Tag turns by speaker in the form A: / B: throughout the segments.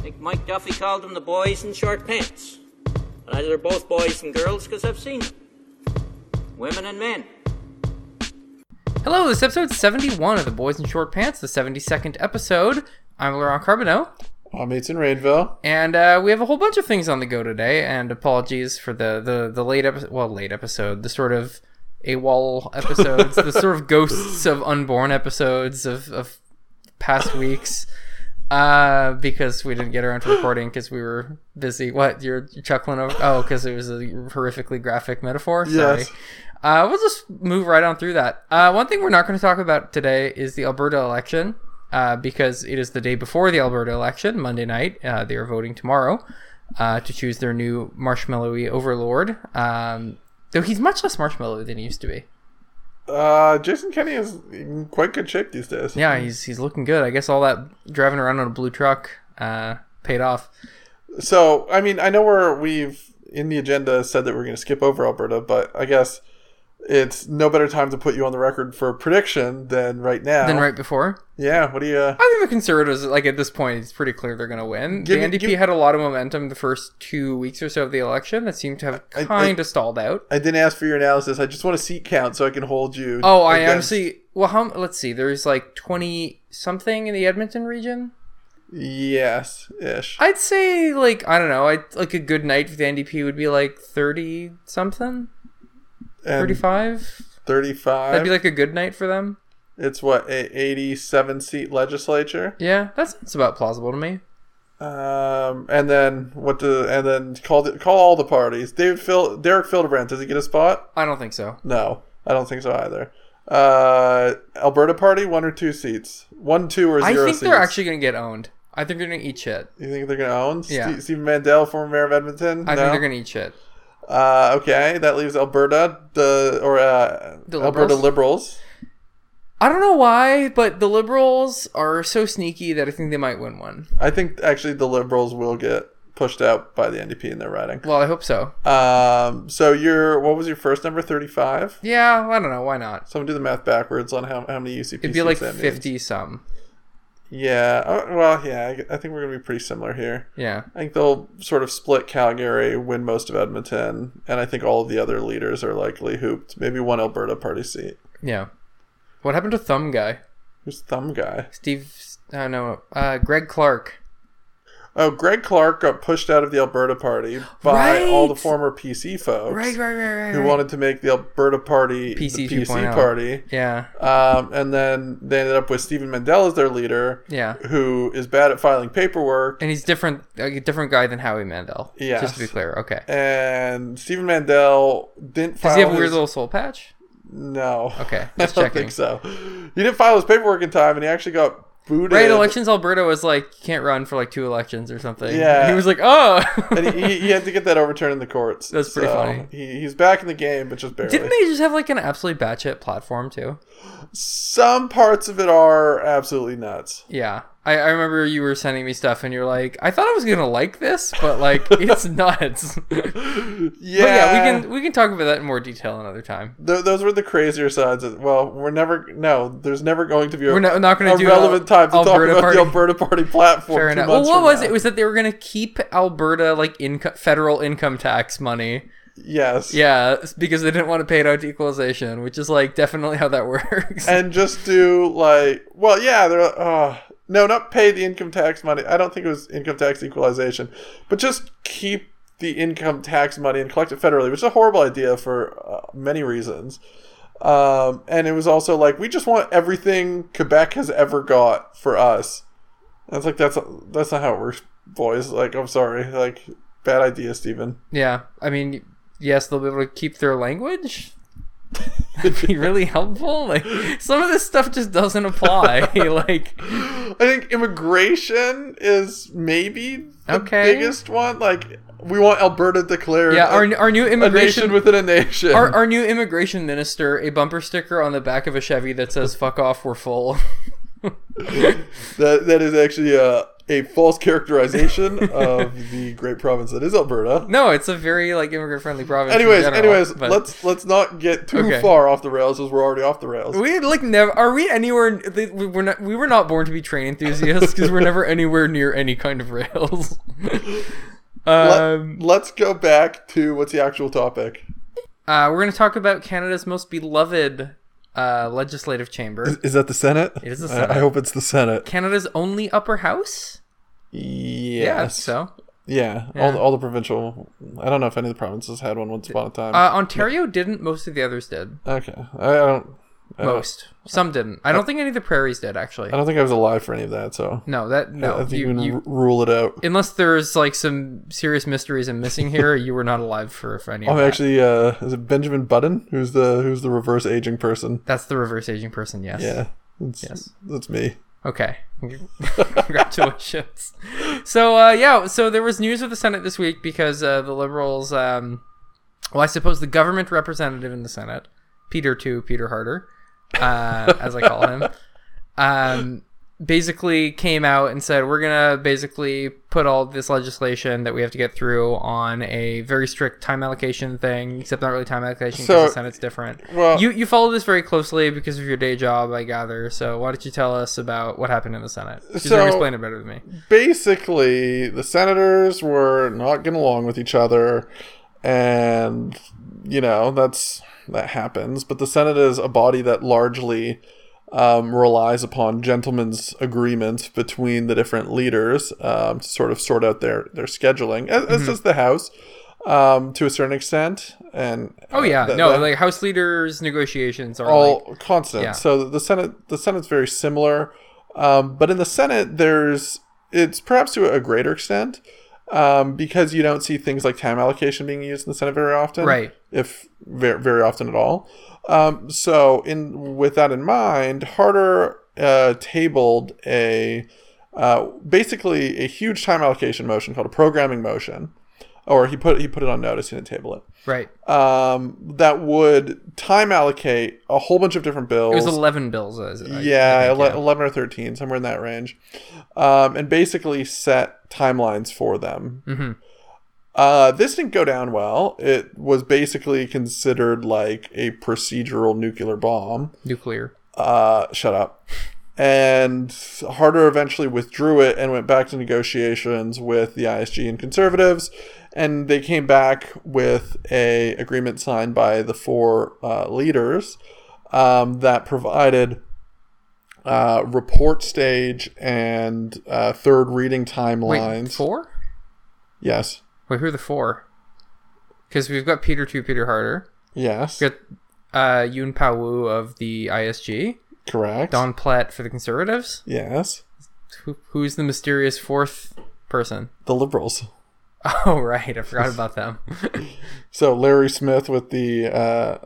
A: think Mike Duffy called them the boys in short pants. And either they're both boys and girls because I've seen them. Women and men.
B: Hello, this is episode 71 of The Boys in Short Pants, the 72nd episode. I'm Laurent Carbonneau,
C: I'm Ethan Rainville.
B: and uh, we have a whole bunch of things on the go today, and apologies for the, the, the late episode, well, late episode, the sort of AWOL episodes, the sort of ghosts of unborn episodes of, of past weeks, uh, because we didn't get around to recording because we were busy. What, you're chuckling over? Oh, because it was a horrifically graphic metaphor? Sorry.
C: Yes.
B: Uh, we'll just move right on through that. Uh, one thing we're not going to talk about today is the Alberta election, uh, because it is the day before the Alberta election, Monday night. Uh, they are voting tomorrow uh, to choose their new marshmallowy overlord. Um, though he's much less marshmallow than he used to be.
C: Uh, Jason Kenny is in quite good shape these days.
B: Yeah, he's he's looking good. I guess all that driving around on a blue truck uh, paid off.
C: So, I mean, I know where we've in the agenda said that we're going to skip over Alberta, but I guess it's no better time to put you on the record for a prediction than right now.
B: Than right before,
C: Yeah. What do you? Uh,
B: I think the conservatives, like at this point, it's pretty clear they're going to win.
C: Give
B: the
C: me-
B: NDP
C: give-
B: had a lot of momentum the first two weeks or so of the election that seemed to have
C: I- I-
B: kind of stalled out.
C: I didn't ask for your analysis. I just want a seat count so I can hold you.
B: Oh, I
C: against-
B: honestly. Well, how, let's see. There's like 20 something in the Edmonton region.
C: Yes, ish.
B: I'd say, like, I don't know. I Like a good night for the NDP would be like 30 something,
C: And
B: 35.
C: 35.
B: That'd be like a good night for them.
C: it's what a 87 seat legislature.
B: Yeah, that sounds about plausible to me.
C: Um, and then what? Do, and then call the, call all the parties. David Phil, Derek Fildebrand, does he get a spot?
B: I don't think so.
C: No, I don't think so either. Uh, Alberta Party, one or two seats, one, two, or
B: I
C: zero.
B: think
C: seats.
B: they're actually going to get owned. I think they're going to eat shit.
C: You think they're gonna own?
B: Yeah.
C: Ste- Stephen Mandel, former mayor of Edmonton.
B: I
C: no?
B: think they're going to eat shit.
C: Uh, okay, that leaves Alberta, the or uh,
B: The
C: Alberta Liberals.
B: I don't know why, but the Liberals are so sneaky that I think they might win one.
C: I think actually the Liberals will get pushed out by the NDP in their riding.
B: Well, I hope so.
C: Um, so your what was your first number? Thirty-five.
B: Yeah, I don't know. Why not?
C: Someone do the math backwards on how, how many UCP
B: It'd be like
C: seats that means.
B: 50 some.
C: Yeah. uh, Well, yeah. I g- I think we're gonna be pretty similar here.
B: Yeah.
C: I think they'll sort of split Calgary, win most of Edmonton, and I think all of the other leaders are likely hooped. Maybe one Alberta party seat.
B: Yeah. What happened to Thumb Guy?
C: Who's the thumb guy?
B: Steve. I don't know. Uh, Greg Clark.
C: Oh, Greg Clark got pushed out of the Alberta party by
B: Right.
C: all the former PC folks
B: right, right.
C: who wanted to make the Alberta party
B: PC
C: the PC
B: 2.0.
C: party.
B: Yeah,
C: Um, and then they ended up with Stephen Mandel as their leader,
B: yeah.
C: who is bad at filing paperwork
B: And he's different, a different guy than Howie Mandel.
C: Yes.
B: Just to be clear. Okay.
C: and Stephen Mandel didn't file.
B: Does he have a
C: his-
B: weird little soul patch?
C: No,
B: Okay,
C: I
B: just
C: don't
B: checking.
C: think so. He didn't file his paperwork in time, and he actually got booted.
B: Right, elections Alberta was like you can't run for like two elections or something.
C: Yeah.
B: He was like, oh.
C: And he, he had to get that overturned in the courts.
B: That's pretty funny.
C: He, he's back in the game, but just barely.
B: Didn't they just have like an absolutely batshit platform too?
C: Some parts of it are absolutely nuts.
B: Yeah. I, I remember you were sending me stuff and you're like, I thought I was gonna like this, but like it's nuts. but
C: Yeah,
B: yeah, we can we can talk about that in more detail another time.
C: Th- those were the crazier sides. Of, well, we're never. No, there's never going to be a,
B: We're no, not gonna
C: a
B: do
C: relevant
B: Al-
C: time to
B: Alberta
C: talk about
B: party.
C: the Alberta Party platform.
B: Fair
C: two
B: enough. Well,
C: months
B: what
C: from
B: was
C: now.
B: it? It was that they were going to keep Alberta like inco- federal income tax money.
C: Yes.
B: Yeah, it's because they didn't want to pay it out to equalization, which is like definitely how that works.
C: and just do like well yeah they're uh, no not pay the income tax money i don't think it was income tax equalization but just keep the income tax money and collect it federally which is a horrible idea for uh, many reasons um, and it was also like we just want everything quebec has ever got for us and it's like that's that's not how it works boys like i'm sorry like bad idea stephen
B: yeah, I mean, yes, they'll be able to keep their language. That'd be really helpful. Like some of this stuff just doesn't apply. like
C: I think immigration is maybe the
B: Okay.
C: biggest one. Like we want Alberta declared
B: yeah,
C: a-
B: our our new
C: a nation
B: immigration
C: within a nation.
B: our, our new immigration minister a bumper sticker on the back of a Chevy that says "fuck off, we're full."
C: that that is actually a a false characterization of the great province that is Alberta.
B: No, it's a very like immigrant friendly province. in
C: Anyways,
B: general,
C: anyways,
B: but-
C: let's let's not get too
B: Okay.
C: far off the rails as we're already off the rails.
B: We like never are we anywhere they- we were not we were not born to be train enthusiasts because we're never anywhere near any kind of rails. um,
C: Let's go back to what's the actual topic.
B: uh, we're gonna talk about Canada's most beloved uh, legislative chamber,
C: Is that the Senate? It
B: is the
C: I-
B: Senate.
C: I, hope it's the Senate.
B: Canada's only upper house.
C: Yes.
B: Yeah, I think so
C: Yeah, All, the, all the provincial. I don't know if any of the provinces had one once upon a time.
B: uh, Ontario didn't. Most of the others did.
C: okay, I don't. I don't,
B: Most some didn't. I don't think any of the prairies did actually.
C: Uh, I don't think I was alive for any of that, so
B: No, that
C: I
B: no.
C: think you,
B: You,
C: can
B: you,
C: r- rule it out.
B: unless there's like some serious mysteries and missing here, you were not alive for, for any. of
C: I'm
B: that.
C: actually uh, is it Benjamin Button who's the who's the reverse aging person?
B: That's the reverse aging person, yes.
C: Yeah, that's,
B: Yes.
C: that's me.
B: Okay. Congratulations. so, uh, yeah, so there was news of the Senate this week because uh, the Liberals, um, well, I suppose the government representative in the Senate, Peter Two, Peter Harder, uh, as I call him, um, basically came out and said, we're going to basically put all this legislation that we have to get through on a very strict time allocation thing, except not really time allocation because
C: So-
B: the Senate's different.
C: Well-
B: you, you follow this very closely because of your day job, I gather. So why don't you tell us about what happened in the Senate? You're
C: So-
B: going explain it better than me.
C: Basically, the senators were not getting along with each other, and you know that's that happens. But the Senate is a body that largely um, relies upon gentlemen's agreements between the different leaders um, to sort of sort out their their scheduling. As,
B: Mm-hmm.
C: as does the House um, to a certain extent, and uh,
B: Oh yeah,
C: that-
B: no,
C: that-
B: like House leaders' negotiations are
C: all
B: like,
C: constant.
B: yeah.
C: So the Senate, the Senate's very similar, um, but in the Senate, there's it's perhaps to a greater extent um, because you don't see things like time allocation being used in the Senate very often,
B: Right.
C: If very, very often at all. Um, so in with that in mind, Harder uh, tabled a uh, basically a huge time allocation motion called a programming motion, or he put he put it on notice. He didn't table it
B: right.
C: um, that would time allocate a whole bunch of different bills.
B: It was eleven bills. As, I- I
C: yeah,
B: think,
C: ele- 11 or 13, somewhere in that range. Um, and basically set timelines for them.
B: Mhm.
C: Uh, this didn't go down well. It was basically considered like a procedural nuclear bomb.
B: nuclear.
C: Uh, shut up. And Harder eventually withdrew it and went back to negotiations with the ISG and conservatives, and they came back with a agreement signed by the four uh, leaders um, that provided uh, report stage and uh, third reading
B: Wait,
C: timelines.
B: four?
C: Yes,
B: Wait, who are the four? Because we've got Peter Two, Peter Harder.
C: yes,
B: We've got uh, Yoon Pao Wu of the ISG.
C: correct.
B: Don Platt for the Conservatives.
C: Yes,
B: Who, who's the mysterious fourth person?
C: the liberals.
B: Oh right, I forgot about them.
C: So Larry Smith with the uh,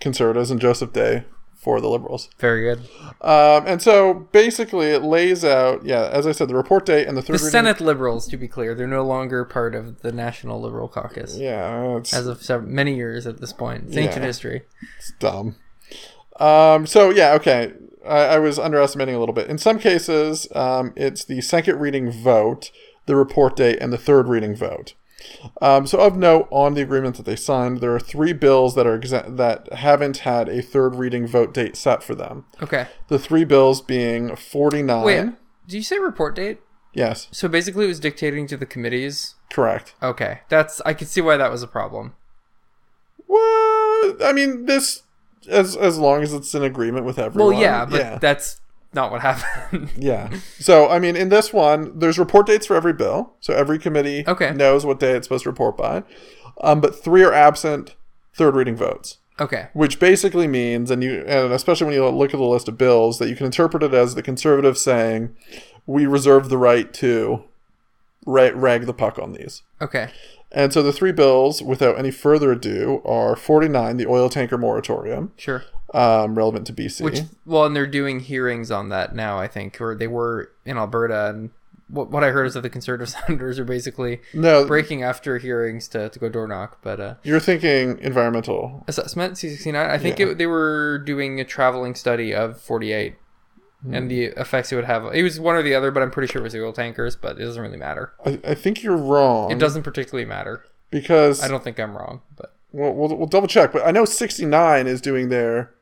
C: conservatives and Joseph Day for the liberals.
B: Very good.
C: Um, and so basically, it lays out, yeah, as I said, the report date and the third
B: The
C: reading-
B: Senate Liberals, to be clear, they're no longer part of the National Liberal Caucus
C: Yeah, it's,
B: as of sev many years at this point. It's ancient
C: Yeah.
B: history.
C: it's dumb. Um, so yeah, okay, I, I was underestimating a little bit. In some cases, um, it's the second reading vote, the report date, and the third reading vote. Um, so of note on the agreement that they signed, there are three bills that are exa- that haven't had a third reading vote date set for them.
B: Okay.
C: The three bills being forty nine.
B: Wait, do you say report date?
C: Yes,
B: So basically, it was dictating to the committees.
C: correct.
B: Okay, that's I could see why that was a problem.
C: Well, I mean, this as as long as it's in agreement with
B: Well,
C: everyone.
B: yeah, but
C: yeah,
B: that's not what happened.
C: yeah. So I mean, in this one, there's report dates for every bill, so every committee
B: Okay.
C: knows what day it's supposed to report by. Um, but three are absent third reading votes,
B: okay.
C: which basically means, and you, and especially when you look at the list of bills, that you can interpret it as the conservatives saying, "We reserve the right to." Ra- rag the puck on these.
B: Okay.
C: And so the three bills, without any further ado, are 49, the oil tanker moratorium,
B: Sure.
C: um, relevant to BC.
B: Which well, and they're doing hearings on that now, I think, or they were in Alberta. And what, what I heard is that the conservative senators are basically
C: no,
B: breaking after hearings to, to go door knock. But uh,
C: you're thinking environmental.
B: assessment C sixty nine. I think
C: Yeah.
B: it, they were doing a traveling study of forty eight
C: Hmm.
B: and the effects it would have. It was one or the other, but I'm pretty sure it was oil tankers. But it doesn't really matter.
C: I, I think you're wrong.
B: It doesn't particularly matter.
C: because
B: I don't think I'm wrong, but
C: we'll, we'll, we'll double check. But I know 69 is doing their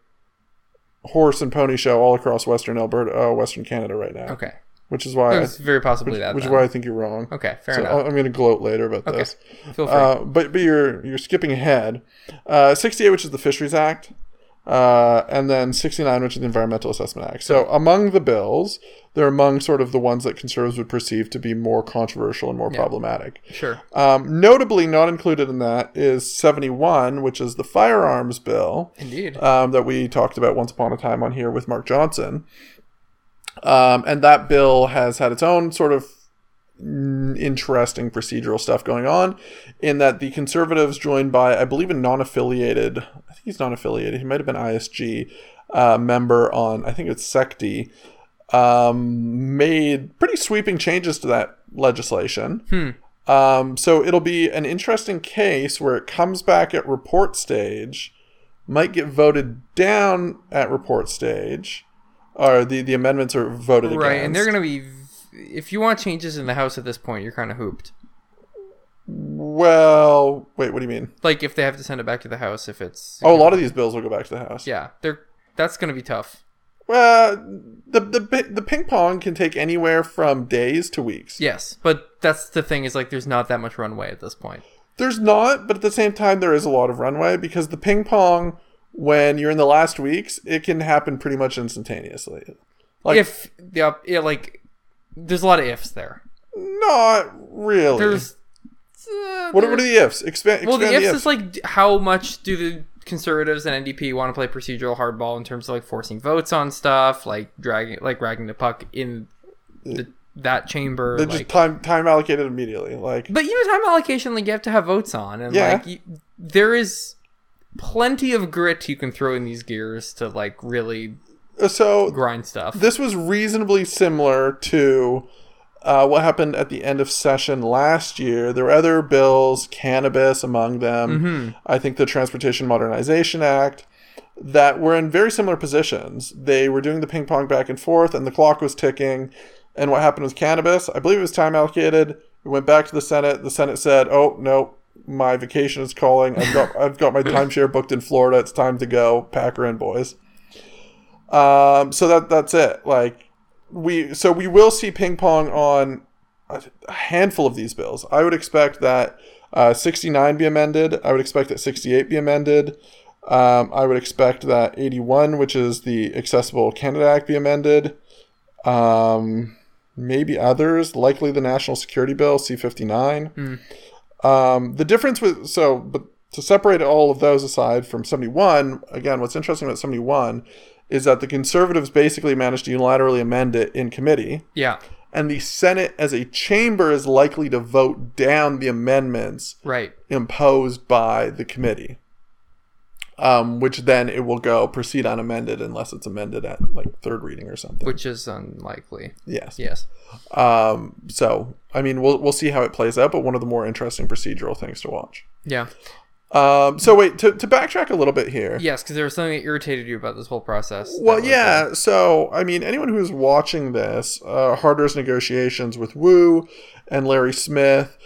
C: horse and pony show all across Western Alberta, uh, Western Canada right now,
B: okay,
C: which is why I,
B: it's very possibly that.
C: which is
B: then.
C: why I think you're wrong.
B: okay, fair
C: So
B: enough.
C: I- I'm going to gloat later about
B: Okay.
C: this.
B: Feel free.
C: Uh, but but you're you're skipping ahead. Uh, 68, which is the Fisheries Act, uh, and then 69, which is the Environmental Assessment Act. So among the bills, they're among sort of the ones that conservatives would perceive to be more controversial and more problematic.
B: sure.
C: Um, notably, not included in that is 71, which is the firearms bill
B: Indeed.
C: um, that we talked about once upon a time on here with Mark Johnson. Um, and that bill has had its own sort of n- interesting procedural stuff going on, in that the conservatives, joined by, I believe, a non affiliated, I think he's non affiliated, he might have been ISG uh, member on, I think it's SECTI, um, made pretty sweeping changes to that legislation.
B: Hmm.
C: Um, so it'll be an interesting case where it comes back at report stage might get voted down at report stage, or the, the amendments are voted against.
B: right, and they're gonna be. If you want changes in the house at this point, you're kind of hooped.
C: Well, wait, what do you mean?
B: Like if they have to send it back to the house, if it's
C: Oh, a lot of these bills will go back to the House.
B: yeah, they're that's gonna be tough.
C: Well, the the pi- the ping pong can take anywhere from days to weeks.
B: Yes, but that's the thing is like there's not that much runway at this point.
C: There's not, but at the same time, there is a lot of runway because the ping pong, when you're in the last weeks, it can happen pretty much instantaneously. Like-
B: if the op- yeah, like there's a lot of ifs there.
C: Not really.
B: There's uh,
C: what, are- what
B: there's-
C: are the ifs? Expand.
B: well, the
C: expand
B: ifs, is like d- how much do the conservatives and NDP want to play procedural hardball in terms of like forcing votes on stuff, like dragging, like dragging the puck in the, that chamber.
C: They're
B: like,
C: just time time allocated immediately. Like
B: but you know, time allocation, like you have to have votes on, and
C: Yeah.
B: like you, there is plenty of grit you can throw in these gears to like really
C: so
B: grind stuff.
C: this was reasonably similar to uh, what happened at the end of session last year. There were other bills, cannabis among them. I think the Transportation Modernization Act, that were in very similar positions. They were doing the ping pong back and forth, and the clock was ticking. And what happened with cannabis, I believe it was time allocated. It went back to the Senate. The Senate said, "Oh no, my vacation is calling. I've got I've got my timeshare booked in Florida. It's time to go. Pack her in, boys." Um, so that that's it. Like we, so we will see ping pong on a a handful of these bills. I would expect that uh, 69 be amended. I would expect that 68 be amended. Um, I would expect that 81, which is the Accessible Canada Act, be amended. Um, maybe others, likely the National Security Bill, C59. Um, the difference with so, but to separate all of those aside from 71, again, what's interesting about 71 is that the conservatives basically managed to unilaterally amend it in committee,
B: yeah,
C: and the Senate as a chamber is likely to vote down the amendments
B: right.
C: imposed by the committee. Um, which then it will go proceed unamended unless it's amended at like third reading or something.
B: Which is unlikely.
C: yes.
B: Yes.
C: Um, so I mean we'll we'll see how it plays out, but one of the more interesting procedural things to watch.
B: Yeah.
C: Um, so wait to, to backtrack a little bit here.
B: Yes, because there was something that irritated you about this whole process. that
C: Well,
B: was,
C: yeah. So, I mean, anyone who's watching this, uh, Harder's negotiations with Wu and Larry Smith,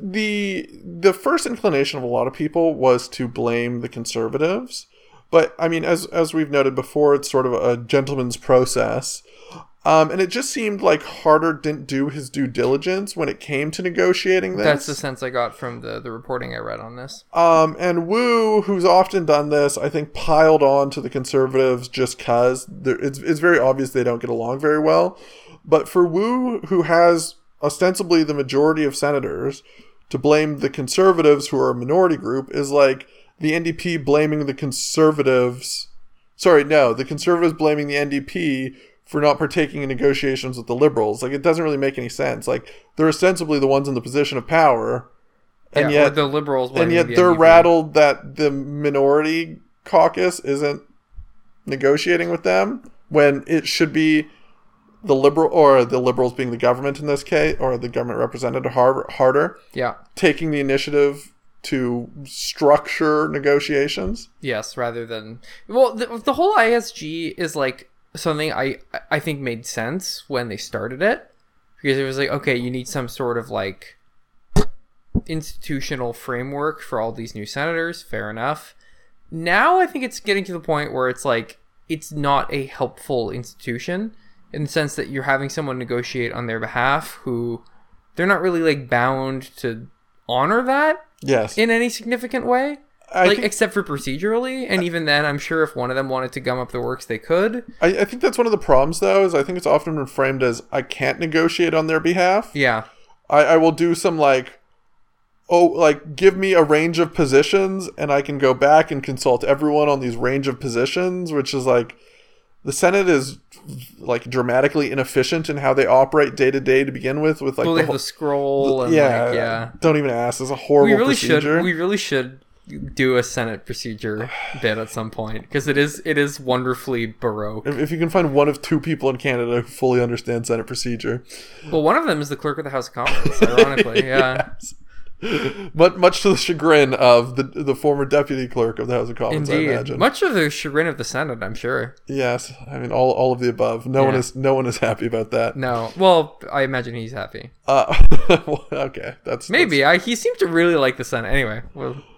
C: the the first inclination of a lot of people was to blame the conservatives. But I mean, as as we've noted before, it's sort of a gentleman's process. Um, and it just seemed like Harder didn't do his due diligence when it came to negotiating this.
B: That's the sense I got from the, the reporting I read on this.
C: Um, and Wu, who's often done this, I think piled on to the conservatives just because it's, it's very obvious they don't get along very well. But for Wu, who has ostensibly the majority of senators, to blame the conservatives, who are a minority group, is like the NDP blaming the conservatives. Sorry, no, the conservatives blaming the NDP for not partaking in negotiations with the liberals. Like, it doesn't really make any sense. Like, they're ostensibly the ones in the position of power. And
B: yeah, or
C: yet,
B: the liberals
C: and
B: wanting
C: yet
B: the
C: they're
B: NDP.
C: rattled that the minority caucus isn't negotiating with them when it should be the liberal or the liberals being the government in this case or the government representative har- harder
B: Yeah.
C: taking the initiative to structure negotiations
B: Yes, rather than well, the, the whole ISG is like something I I think made sense when they started it because it was like okay, you need some sort of like institutional framework for all these new senators. Fair enough. Now I think it's getting to the point where it's like it's not a helpful institution in the sense that you're having someone negotiate on their behalf who they're not really like bound to honor that
C: Yes.
B: in any significant way
C: I,
B: like
C: think,
B: except for procedurally and even then i'm sure if one of them wanted to gum up the works they could
C: I, I think that's one of the problems, though, is I think it's often been framed as I can't negotiate on their behalf.
B: yeah
C: I, I will do some like oh like give me a range of positions and I can go back and consult everyone on these range of positions, which is like the Senate is like dramatically inefficient in how they operate day to day to begin with with like
B: well
C: the
B: they have
C: whole-
B: the scroll and
C: yeah,
B: like yeah
C: Don't even ask. It's a horrible
B: we really
C: procedure.
B: should we really should do a senate procedure bit at some point because it is it is wonderfully baroque
C: if if you can find one of two people in Canada who fully understand Senate procedure,
B: well one of them is the clerk of the house of commons ironically yeah
C: but much to the chagrin of the the former deputy clerk of the House of Commons, I
B: indeed
C: imagine.
B: much of the chagrin of the senate i'm sure
C: yes, I mean all, all of the above. No one
B: Yeah.
C: is no one is happy about that.
B: no well i imagine he's happy
C: Uh, well, okay, that's
B: maybe I, he seemed to really like the senate anyway well
C: that's-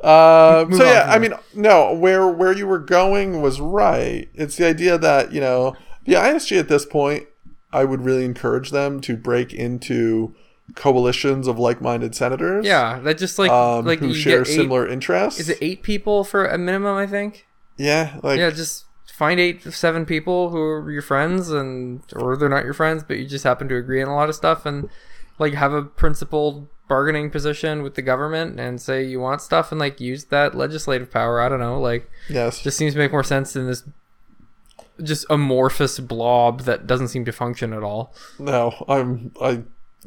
C: uh,
B: Move
C: so
B: on
C: yeah,
B: from
C: I mean, no, where where you were going was right. It's the idea that you know the ISG at this point, I would really encourage them to break into coalitions of like-minded senators.
B: yeah that just like
C: um,
B: like
C: who
B: you
C: share
B: get eight-
C: similar interests.
B: is it eight people for a minimum i think
C: Yeah, like
B: yeah just find eight seven people who are your friends and or they're not your friends but you just happen to agree on a lot of stuff and like have a principled bargaining position with the government and say you want stuff and like use that legislative power i don't know like
C: yes,
B: just seems to make more sense than this just amorphous blob that doesn't seem to function at all
C: no, I'm I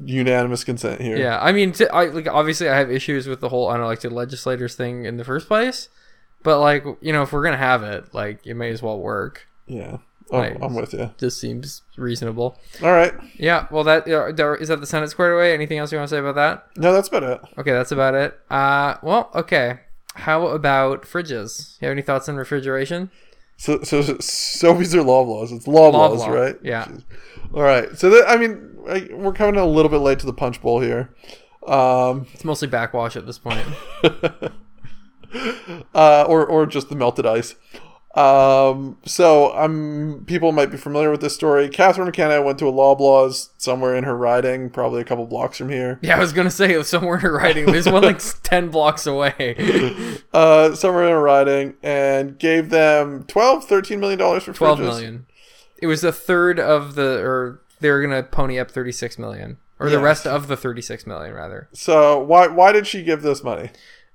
C: unanimous consent here.
B: Yeah, I mean, t- I like obviously I have issues with the whole unelected legislators thing in the first place, but like you know, if we're gonna have it, like it may as well work.
C: yeah, I'm,
B: Right.
C: I'm with you.
B: Just seems reasonable.
C: All right,
B: Yeah, well, that uh, there- is that the Senate squared away. Anything else you want to say about that?
C: no, that's about it.
B: Okay, that's about it. Uh, well, okay. How about fridges? You have any thoughts on refrigeration?
C: So, so, so Sobeys are Loblaws. It's Loblaws,
B: Loblaw,
C: right?
B: yeah.
C: Jeez. All right. So, that, I mean, I, we're coming a little bit late to the punch bowl here. Um,
B: It's mostly backwash at this point.
C: uh, or, or just the melted ice. Um, so, I'm, people might be familiar with this story. Catherine McKenna went to a Loblaws somewhere in her riding, probably a couple blocks from here.
B: yeah, I was gonna say somewhere in her writing, there's one like ten blocks away.
C: Uh, somewhere in her riding and gave them 12, 13 million dollars for
B: Twelve
C: fridges.
B: million. It was a third of the, or they're gonna pony up thirty six million, or the
C: Yes.
B: rest of the thirty six million rather,
C: So, why, why did she give this money?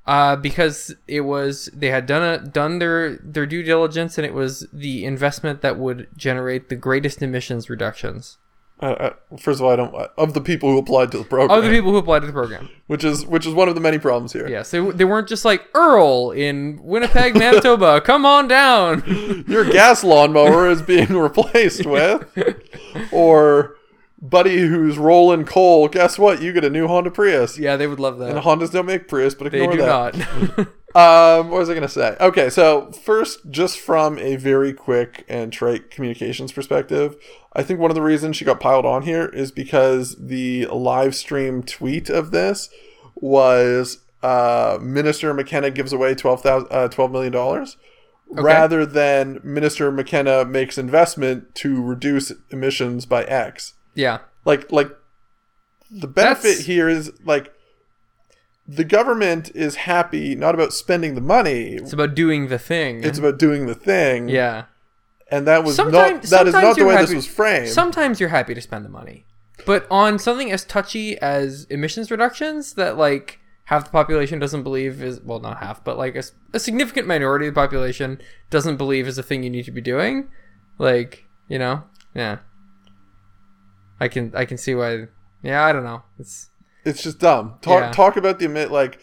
B: uh, because it was they had done a done their their due diligence, and it was the investment that would generate the greatest emissions reductions.
C: Uh, uh, first of all, I don't of the people who applied to the program.
B: Other people who applied to the program,
C: which is which is one of the many problems here.
B: yes, they, they weren't just like Earl in Winnipeg, Manitoba. Come on down.
C: Your gas lawnmower is being replaced with, or buddy who's rolling coal. Guess what? You get a new Honda Prius.
B: yeah, they would love that.
C: And Hondas don't make Prius, but
B: they
C: ignore
B: do
C: that.
B: not.
C: Um, what was I going to say? Okay, so first, just from a very quick and trite communications perspective, I think one of the reasons she got piled on here is because the live stream tweet of this was uh, Minister McKenna gives away twelve thousand uh, twelve million dollars, rather than Minister McKenna makes investment to reduce emissions by X.
B: yeah,
C: Like, like the benefit
B: That's-
C: here is like the government is happy not about spending the money
B: it's about doing the thing.
C: it's about doing the thing
B: yeah.
C: and that was
B: Sometimes-
C: not that is
B: sometimes
C: not the
B: you're
C: way this
B: happy-
C: was framed
B: Sometimes you're happy to spend the money, but on something as touchy as emissions reductions that like half the population doesn't believe is well not half but like a, s- a significant minority of the population doesn't believe is a thing you need to be doing like you know yeah i can i can see why yeah i don't know it's
C: it's just dumb talk
B: Yeah.
C: talk about the admit like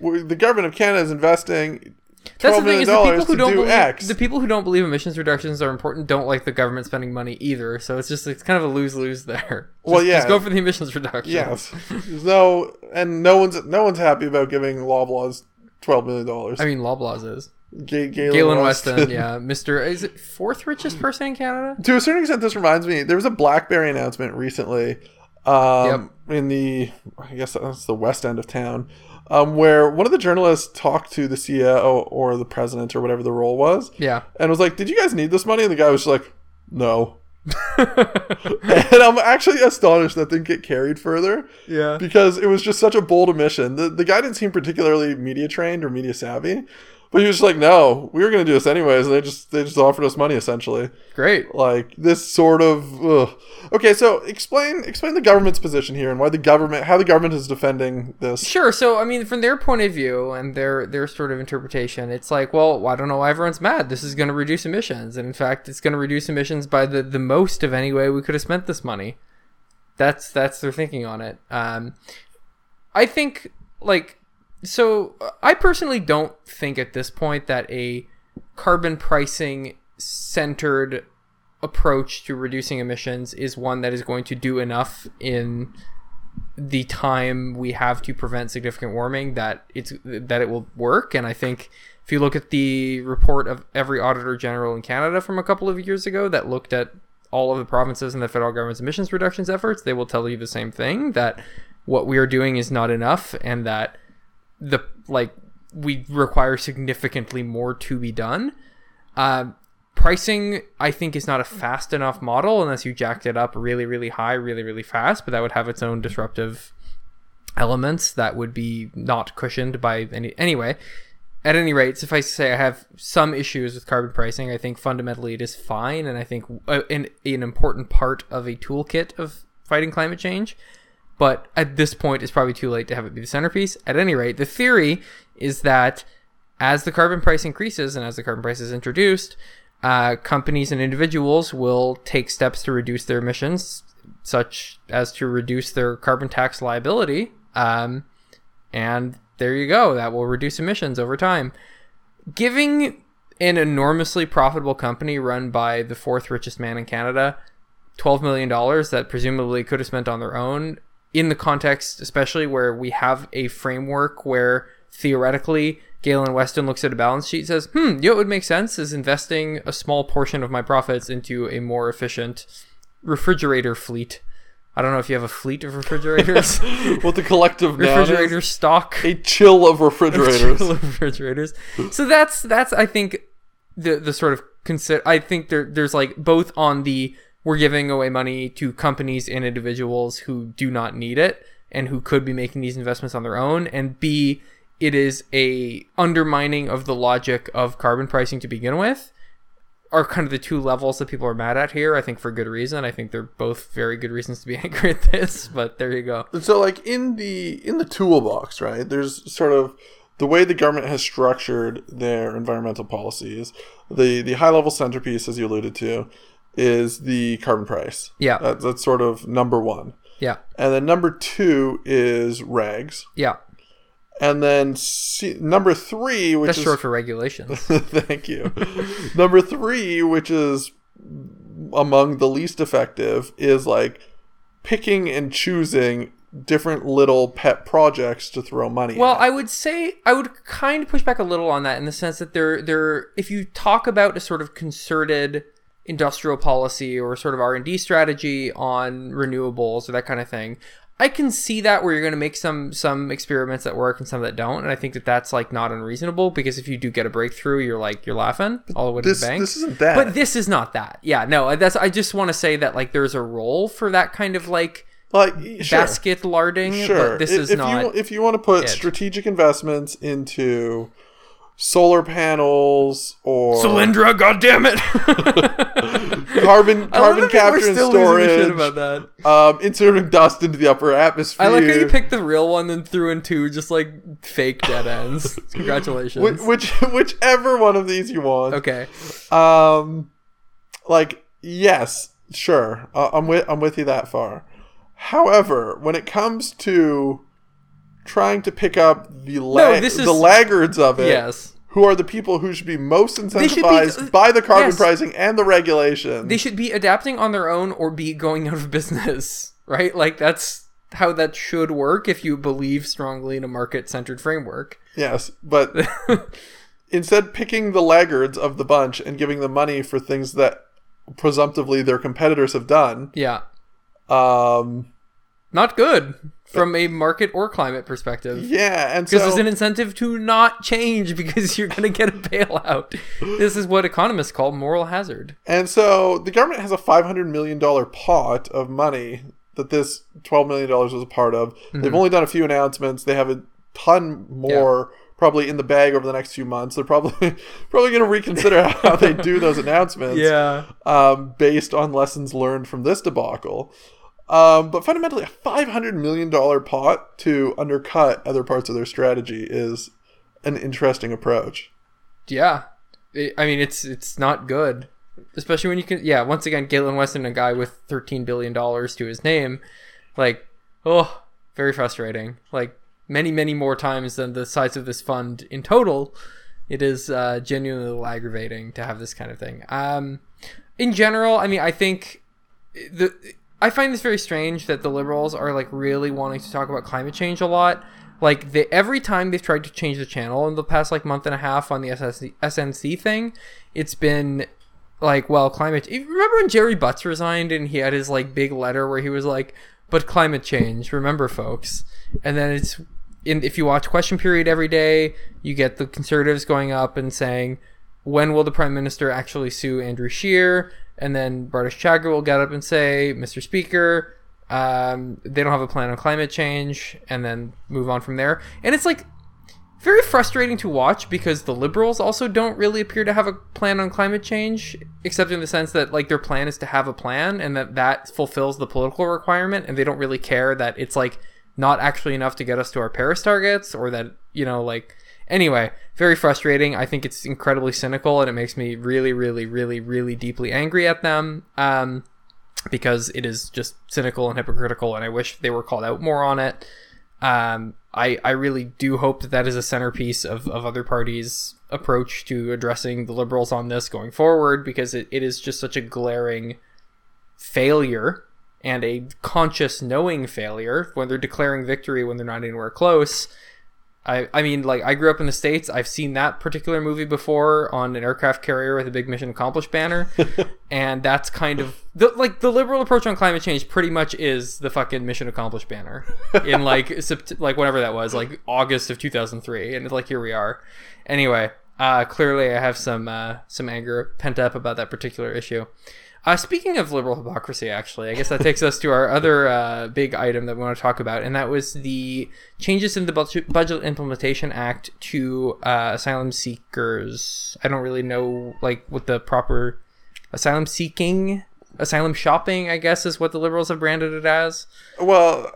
C: w- the government of canada is investing
B: that's the thing
C: twelve million
B: is the people
C: dollars
B: who
C: to
B: don't
C: do
B: believe,
C: x
B: the people who don't believe emissions reductions are important don't like the government spending money either so it's just it's kind of a lose lose there just,
C: Well, yeah.
B: just go for the emissions reductions
C: yes there's no and no one's no one's happy about giving loblaws 12 million dollars
B: i mean loblaws is
C: Ga- Galen,
B: Galen
C: Weston.
B: Weston, yeah, Mister, is it fourth richest person in Canada?
C: to a certain extent, this reminds me. There was a BlackBerry announcement recently, um, in the I guess that's the west end of town, um, where one of the journalists talked to the CEO or the president or whatever the role was,
B: Yeah,
C: and was like, "Did you guys need this money?" And the guy was just like, "No." and I'm actually astonished that didn't get carried further
B: yeah.
C: because it was just such a bold omission. The, the guy didn't seem particularly media trained or media savvy, but he was just like, "No, we were going to do this anyways." And they just they just offered us money essentially
B: Great.
C: like this sort of ugh. okay so explain explain the government's position here and why the government how the government is defending this
B: Sure. So I mean, from their point of view and their their sort of interpretation, it's like, well, I don't know why everyone's mad. This is going to reduce emissions, and in fact, it's going to reduce emissions by the the most of any way we could have spent this money. That's that's their thinking on it. Um, I think like so. uh, I personally don't think at this point that a carbon pricing centered approach to reducing emissions is one that is going to do enough in the time we have to prevent significant warming that it's that it will work and i think if you look at the report of every auditor general in canada from a couple of years ago that looked at all of the provinces and the federal government's emissions reductions efforts they will tell you the same thing that what we are doing is not enough and that the like we require significantly more to be done uh, pricing i think is not a fast enough model unless you jacked it up really really high really really fast but that would have its own disruptive elements that would be not cushioned by any anyway at any rate suffice to say i have some issues with carbon pricing i think fundamentally it is fine and i think uh, an, an important part of a toolkit of fighting climate change but at this point it's probably too late to have it be the centerpiece at any rate the theory is that as the carbon price increases and as the carbon price is introduced, uh, companies and individuals will take steps to reduce their emissions, such as to reduce their carbon tax liability. Um, and there you go. That will reduce emissions over time. Giving an enormously profitable company run by the fourth richest man in Canada $12 million that presumably could have spent on their own in the context, especially where we have a framework where theoretically Galen Weston looks at a balance sheet and says, hmm, you know what would make sense is investing a small portion of my profits into a more efficient refrigerator fleet. I don't know if you have a fleet of refrigerators,
C: what the collective noun is.
B: refrigerator stock
C: a chill of refrigerators
B: chill refrigerators. So that's that's I think the the sort of consider. I think there there's like both on the we're giving away money to companies and individuals who do not need it and who could be making these investments on their own, and B it is a undermining of the logic of carbon pricing to begin with are kind of the two levels that people are mad at here i think for good reason i think they're both very good reasons to be angry at this but there you go
C: so like in the in the toolbox right there's sort of the way the government has structured their environmental policies the the high level centerpiece as you alluded to is the carbon price
B: Yeah.
C: that, that's sort of number one
B: yeah
C: and then number two is regs
B: yeah
C: and then C, number three which
B: that's
C: is
B: short for regulations
C: Thank you. Number three, which is among the least effective, is like picking and choosing different little pet projects to throw money.
B: Well,
C: at.
B: I would say I would kind of push back a little on that in the sense that there, there, if you talk about a sort of concerted industrial policy or sort of R and D strategy on renewables or that kind of thing, I can see that where you're going to make some some experiments that work and some that don't, and I think that that's like not unreasonable because if you do get a breakthrough, you're like you're laughing all the way to
C: this
B: the bank.
C: this isn't that.
B: but this is not that. Yeah, no, that's. I just want to say that like there's a role for that kind of like
C: like y- sure,
B: basket larding,
C: sure.
B: but this
C: if,
B: is
C: if
B: not.
C: You, if you want to put
B: it.
C: strategic investments into solar panels or
B: God damn it!
C: carbon carbon capture and storage,
B: that.
C: um, inserting dust into the upper atmosphere.
B: I like how you picked the real one and threw in two just like fake dead ends. Congratulations.
C: Whi- which whichever one of these you want.
B: okay.
C: Um, like yes, sure, I I'm with I'm with you that far. However, when it comes to trying to pick up the la-
B: this is-
C: the laggards of it,
B: Yes.
C: who are the people who should be most
B: should be-
C: incentivized by the carbon
B: yes.
C: pricing and the regulation?
B: They should be adapting on their own or be going out of business, right? Like that's how that should work if you believe strongly in a market centered framework.
C: yes, but instead picking the laggards of the bunch and giving them money for things that presumptively their competitors have done.
B: Yeah.
C: Um,
B: Not good from a market or climate perspective.
C: yeah, and
B: Because
C: so
B: there's an incentive to not change because you're going to get a bailout. This is what economists call moral hazard.
C: and so the government has a five hundred million dollar pot of money that this twelve million dollars was a part of. They've only done a few announcements. They have a ton more. Probably in the bag over the next few months. They're probably probably going to reconsider how they do those announcements.
B: Yeah.
C: um, based on lessons learned from this debacle. Um, but fundamentally, a $500 million pot to undercut other parts of their strategy is an interesting approach.
B: Yeah. I I mean, it's it's not good. Especially when you can, yeah, once again, Galen Weston, a guy with $13 billion to his name, like, oh, very frustrating. Like, many, many more times than the size of this fund in total, it is uh, genuinely a little aggravating to have this kind of thing. Um, in general, I mean, I think the I find this very strange that the liberals are like really wanting to talk about climate change a lot. Like they, every time they've tried to change the channel in the past like month and a half on the SSC, SNC thing, it's been like well climate. you Remember when Jerry Butts resigned and he had his like big letter where he was like, "But climate change, remember, folks." And then it's in if you watch Question Period every day, you get the conservatives going up and saying, when will the prime minister actually sue Andrew Scheer? And then Bartosz Chagger will get up and say, Mr. Speaker, um, they don't have a plan on climate change, and then move on from there. And it's like very frustrating to watch because the liberals also don't really appear to have a plan on climate change, except in the sense that like their plan is to have a plan and that that fulfills the political requirement, and they don't really care that it's like not actually enough to get us to our Paris targets or that you know like anyway very frustrating i think it's incredibly cynical and it makes me really really really really deeply angry at them um, because it is just cynical and hypocritical and i wish they were called out more on it um, I, I really do hope that that is a centerpiece of, of other parties approach to addressing the liberals on this going forward because it, it is just such a glaring failure and a conscious knowing failure when they're declaring victory when they're not anywhere close I, I mean, like, I grew up in the States. I've seen that particular movie before on an aircraft carrier with a big mission accomplished banner. and that's kind of the, like the liberal approach on climate change pretty much is the fucking mission accomplished banner in like, sept- like whenever that was, like August of 2003. And it's like, here we are. Anyway, uh, clearly I have some, uh, some anger pent up about that particular issue. Uh, speaking of liberal hypocrisy, actually, I guess that takes us to our other uh, big item that we want to talk about, and that was the changes in the Budget, budget Implementation Act to uh, asylum seekers. I don't really know like what the proper asylum seeking, asylum shopping, I guess, is what the liberals have branded it as.
C: Well,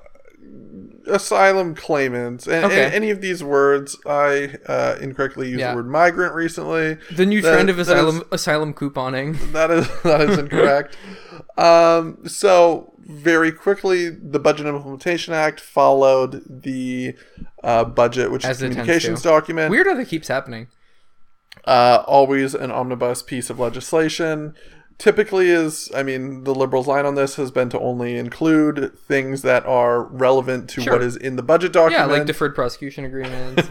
C: asylum claimants, and, and
B: Okay.
C: any of these words, I uh, incorrectly used
B: Yeah.
C: the word migrant recently.
B: The new
C: That-
B: trend of
C: that is-
B: asylum asylum couponing.
C: That is that is incorrect. um, so very quickly, the Budget Implementation Act followed the uh, budget, which
B: As
C: is a
B: it tends
C: communications
B: to.
C: document.
B: Weird how that keeps happening.
C: uh, always an omnibus piece of legislation. Typically, is I mean, the Liberals' line on this has been to only include things that are relevant to
B: Sure.
C: what is in the budget
B: Yeah,
C: document.
B: like deferred prosecution agreements.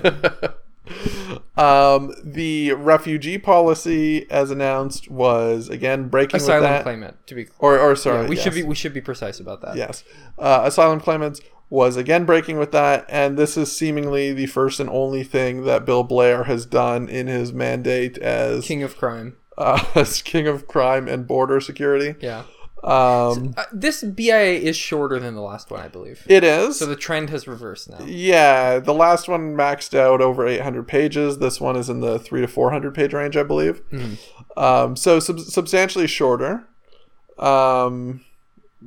C: um, the refugee policy, as announced, was again breaking with
B: asylum
C: that.
B: claimant, to be clear.
C: Or, or sorry,
B: we should
C: yes.
B: be we should be precise about that.
C: Yes. Uh, Asylum claimants was again breaking with that, and this is seemingly the first and only thing that Bill Blair has done in his mandate as king,
B: King of crime.
C: uh, as king of crime and border security.
B: Yeah.
C: Um,
B: Uh, this BIA is shorter than the last one, I believe.
C: it is.
B: So the trend has reversed now.
C: yeah, the last one maxed out over 800 pages. This one is in the three to 400 page range, I believe. Um, so sub- substantially shorter. Um,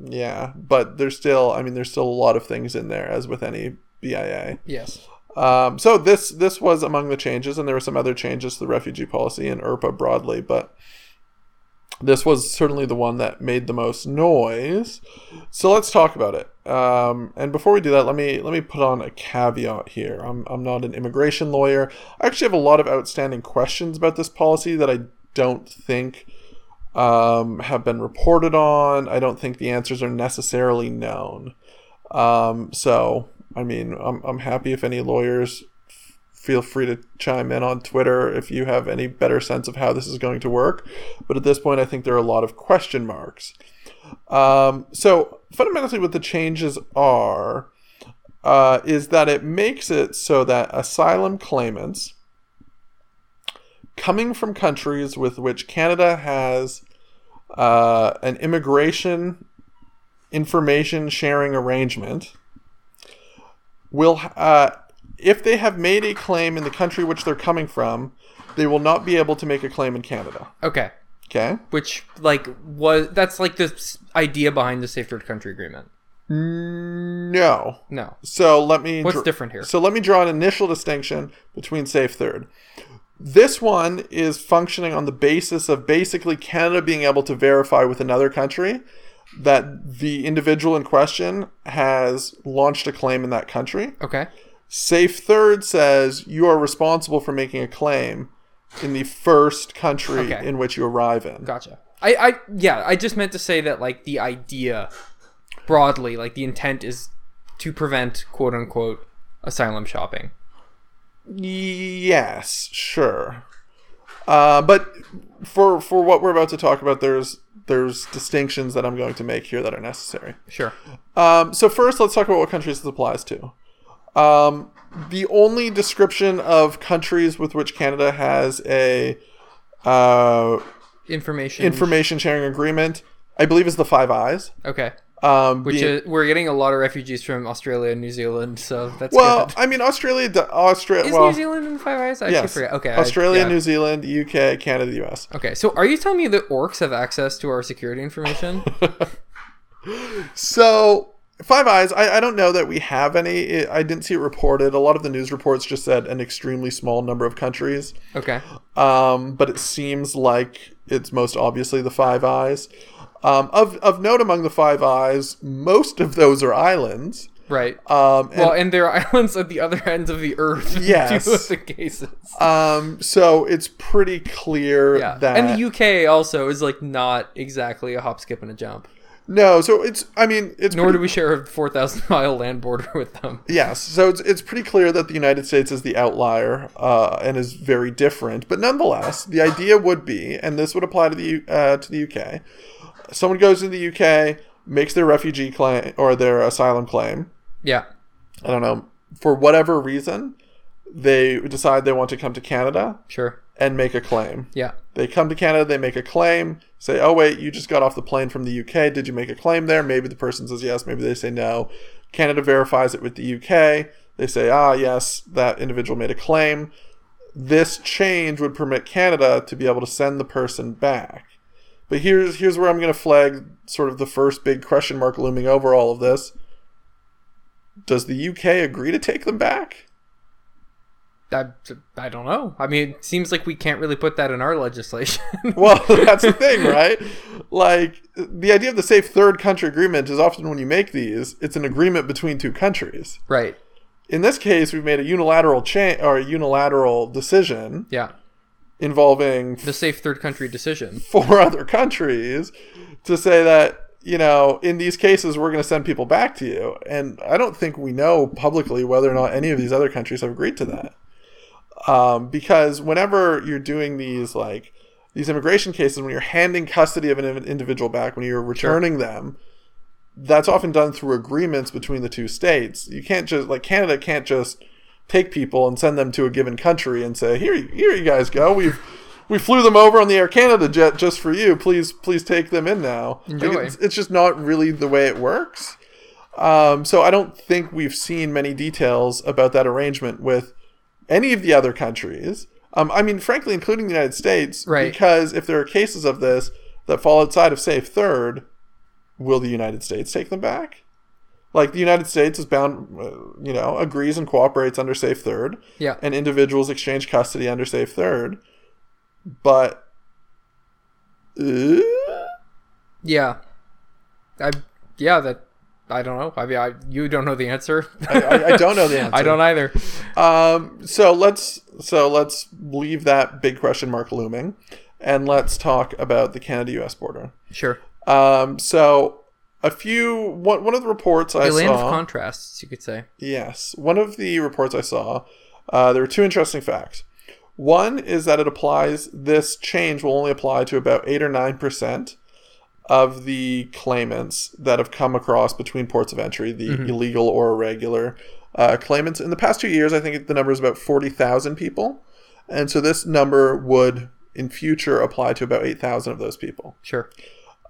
C: yeah, but there's still, I mean, there's still a lot of things in there, as with any BIA.
B: Yes.
C: Um, so this this was among the changes, and there were some other changes to the refugee policy and ERPA broadly, but this was certainly the one that made the most noise. So let's talk about it. Um, and before we do that, let me let me put on a caveat here. I'm I'm not an immigration lawyer. I actually have a lot of outstanding questions about this policy that I don't think um, have been reported on. I don't think the answers are necessarily known. Um, so, I mean, I'm, I'm happy if any lawyers f- feel free to chime in on Twitter if you have any better sense of how this is going to work. But at this point, I think there are a lot of question marks. Um, so fundamentally, what the changes are uh, is that it makes it so that asylum claimants coming from countries with which Canada has uh, an immigration information sharing arrangement will uh, if they have made a claim in the country which they're coming from they will not be able to make a claim in canada
B: Okay.
C: okay
B: Which like was that's like the s- idea behind the Safe Third Country Agreement.
C: no
B: No.
C: so let me
B: What's
C: dr-
B: different here?
C: So let me draw an initial distinction between safe third. This one is functioning on the basis of basically Canada being able to verify with another country that the individual in question has launched a claim in that country.
B: Okay.
C: Safe third says you are responsible for making a claim in the first country
B: Okay.
C: in which you arrive in.
B: Gotcha. I, I yeah, I just meant to say that like the idea broadly, like the intent is to prevent quote unquote asylum shopping.
C: Yes, sure. Uh, but for for what we're about to talk about, there's there's distinctions that I'm going to make here that are necessary.
B: Sure.
C: Um, so first, let's talk about what countries this applies to. Um, the only description of countries with which Canada has a uh,
B: Information
C: information sharing agreement, I believe, is the Five Eyes.
B: Okay.
C: Um,
B: Which
C: being-
B: is, we're getting a lot of refugees from Australia and New Zealand, so that's
C: well,
B: good.
C: I mean, Australia, Australia,
B: Is
C: well,
B: New Zealand in the Five Eyes? I
C: yes,
B: actually forgot. Okay. I-
C: Australia,
B: yeah.
C: New Zealand, UK, Canada, the US.
B: Okay, so are you telling me that orcs have access to our security information?
C: So Five Eyes, I, I don't know that we have any. It, I didn't see it reported. A lot of the news reports just said an extremely small number of countries.
B: Okay.
C: Um, but it seems like it's most obviously the Five Eyes. Um, of of note among the Five Eyes, most of those are islands.
B: Right.
C: Um, and,
B: well, and there are islands at the other ends of the earth. in
C: Yes.
B: Two of the cases.
C: um, so it's pretty clear
B: Yeah.
C: that
B: And the UK also is like not exactly a hop, skip, and a jump.
C: no. So it's I mean it's
B: Nor
C: pretty-
B: do we share a 4,000 mile land border with them.
C: Yes, so it's, it's pretty clear that the United States is the outlier uh, and is very different. But nonetheless, the idea would be, and this would apply to the U- uh, to the UK. Someone goes to the UK, makes their refugee claim or their asylum claim.
B: Yeah.
C: I don't know for whatever reason, they decide they want to come to Canada
B: Sure.
C: and make a claim.
B: Yeah.
C: They come to Canada, they make a claim, say, oh, wait, you just got off the plane from the UK. Did you make a claim there? Maybe the person says yes, maybe they say no. Canada verifies it with the UK. They say, ah, yes, that individual made a claim. This change would permit Canada to be able to send the person back. But here's, here's where I'm going to flag sort of the first big question mark looming over all of this. Does the UK agree to take them back?
B: I, I don't know. I mean, it seems like we can't really put that in our legislation.
C: Well, that's the thing, right? Like the idea of the safe third country agreement is often when you make these, it's an agreement between two countries.
B: right.
C: In this case, we've made a unilateral change or a unilateral decision
B: Yeah.
C: involving
B: The safe third country decision.
C: four other countries to say that you know in these cases we're going to send people back to you and i don't think we know publicly whether or not any of these other countries have agreed to that um, because whenever you're doing these like these immigration cases when you're handing custody of an in- individual back when you're returning them that's often done through agreements between the two states you can't just like canada can't just take people and send them to a given country and say here here you guys go we've we flew them over on the air canada jet just for you please please take them in now Like,
B: Enjoy.
C: it's, it's just not really the way it works um, so i don't think we've seen many details about that arrangement with any of the other countries. Um, I mean, frankly, including the United States,
B: Right.
C: because if there are cases of this that fall outside of safe third, will the United States take them back? Like the United States is bound, uh, you know, agrees and cooperates under safe third,
B: Yeah.
C: and individuals exchange custody under safe third, but uh,
B: Yeah. I yeah, that I don't know. I mean, I, you don't know the answer.
C: I, I, I don't know the answer.
B: I don't either.
C: Um, so let's so let's leave that big question mark looming, and let's talk about the Canada-U.S. border.
B: Sure.
C: Um, so a few one one of the reports I
B: A land of
C: saw.
B: contrasts, you could say.
C: yes, one of the reports I saw Uh, there were two interesting facts. One is that it applies, this change will only apply to about 8 or 9% of the claimants that have come across between ports of entry, the illegal or irregular uh, claimants. In the past two years, I think the number is about 40,000 people. And so this number would, in future, apply to about 8,000 of those people.
B: Sure.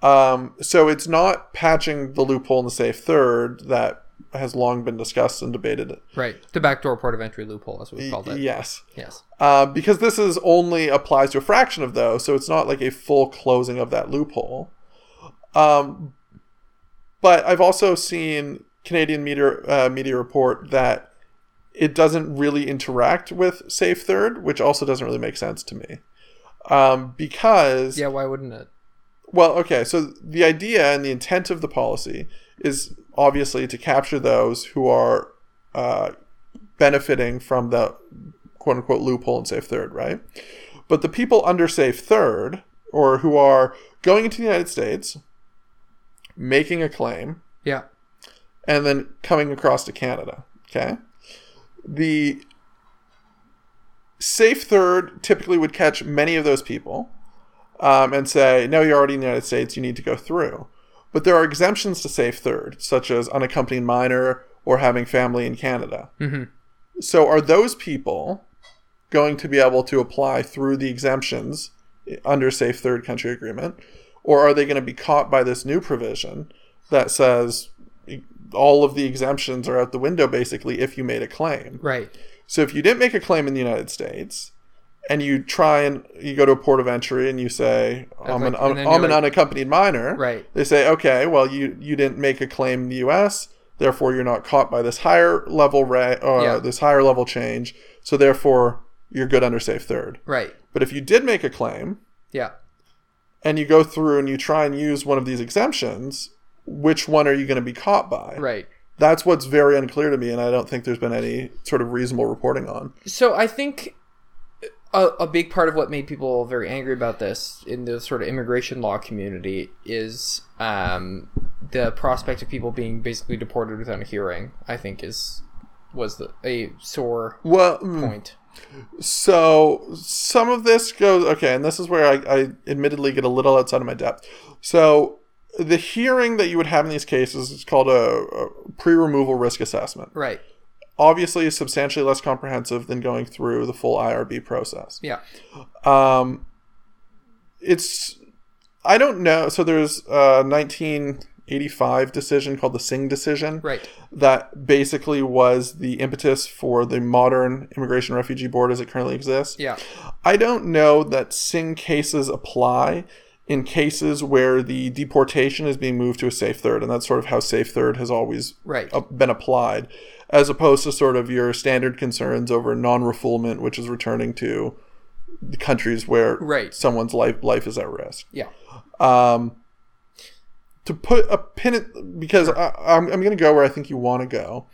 C: Um, so it's not patching the loophole in the safe third that has long been discussed and debated.
B: Right. The backdoor port of entry loophole, as we called it.
C: Yes.
B: Yes.
C: Uh, because this is only applies to a fraction of those, so it's not like a full closing of that loophole. Um, but I've also seen Canadian media uh, media report that it doesn't really interact with Safe Third, which also doesn't really make sense to me. Um, because
B: Yeah, why wouldn't it?
C: well, okay, so the idea and the intent of the policy is obviously to capture those who are uh, benefiting from the quote unquote loophole in Safe Third, right? But the people under Safe Third, or who are going into the United States, making a claim,
B: Yeah.
C: and then coming across to Canada. Okay. The safe third typically would catch many of those people um, and say, no, you're already in the United States, you need to go through. But there are exemptions to safe third, such as unaccompanied minor or having family in Canada.
B: Mhm.
C: So are those people going to be able to apply through the exemptions eh, under safe third country agreement? Or are they going to be caught by this new provision that says eh, all of the exemptions are out the window basically if you made a claim.
B: Right.
C: So if you didn't make a claim in the United States and you try and you go to a port of entry and you say I'm
B: like-
C: an
B: and
C: I'm,
B: then
C: I'm
B: you're
C: an
B: like-
C: unaccompanied minor,
B: Right.
C: they say okay, well you you didn't make a claim in the U.S. Therefore, you're not caught by this higher level ra- uh,
B: Yeah.
C: this higher level change. So therefore, you're good under safe third.
B: Right.
C: But if you did make a claim,
B: Yeah.
C: and you go through and you try and use one of these exemptions, which one are you going to be caught by?
B: Right.
C: That's what's very unclear to me, and I don't think there's been any sort of reasonable reporting on.
B: So I think a, a big part of what made people very angry about this in the sort of immigration law community is um, the prospect of people being basically deported without a hearing. I think is was the, a sore
C: Well, mm,
B: point.
C: so some of this goes okay, and this is where I, I admittedly get a little outside of my depth. So the hearing that you would have in these cases is called a, a pre-removal risk assessment.
B: Right.
C: Obviously, substantially less comprehensive than going through the full IRB process.
B: Yeah.
C: Um, it's I don't know. So there's a 1985 decision called the Singh decision,
B: Right.
C: that basically was the impetus for the modern Immigration Refugee Board as it currently exists.
B: Yeah.
C: I don't know that Singh cases apply in cases where the deportation is being moved to a safe third, and that's sort of how safe third has always
B: Right.
C: up- been applied, as opposed to sort of your standard concerns over non-refoulement, which is returning to the countries where
B: Right.
C: someone's life life is at risk.
B: Yeah.
C: Um, to put a pin in, because I, I'm, I'm going to go where I think you want to go,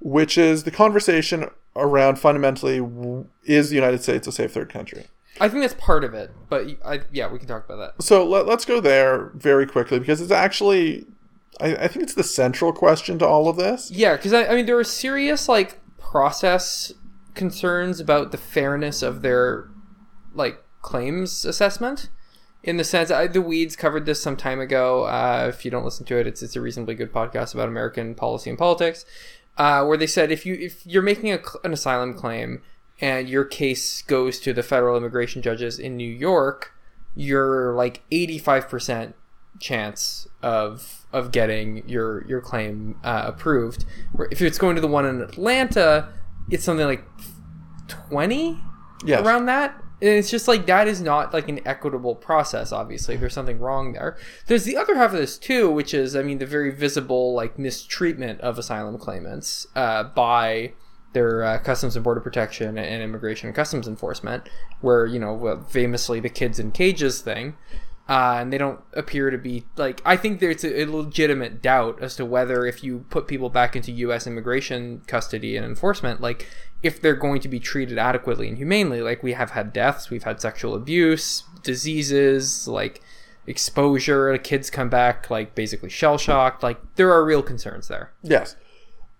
C: which is the conversation around fundamentally w- is the United States a safe third country?
B: I think that's part of it, but I, yeah, we can talk about that.
C: So let, let's go there very quickly because it's actually, I, I think it's the central question to all of this.
B: Yeah, because I, I mean, there were serious like process concerns about the fairness of their like claims assessment. In the sense, I, the weeds covered this some time ago. Uh, if you don't listen to it, it's it's a reasonably good podcast about American policy and politics, uh, where they said if you if you're making a, cl- an asylum claim and your case goes to the federal immigration judges in New York, you're like eighty five percent chance of of getting your your claim uh, approved. Where if it's going to the one in Atlanta, it's something like twenty
C: Yes.
B: around that. And it's just like that is not like an equitable process, obviously. There's something wrong there. There's the other half of this too, which is, I mean, the very visible like mistreatment of asylum claimants uh, by their uh, Customs and Border Protection and Immigration and Customs Enforcement, where, you know, well, famously the kids in cages thing. Uh, and they don't appear to be like I think there's a, a legitimate doubt as to whether if you put people back into U.S. immigration custody and enforcement, like if they're going to be treated adequately and humanely. Like we have had deaths, we've had sexual abuse, diseases, like exposure. Kids come back like basically shell shocked. Like there are real concerns there.
C: Yes.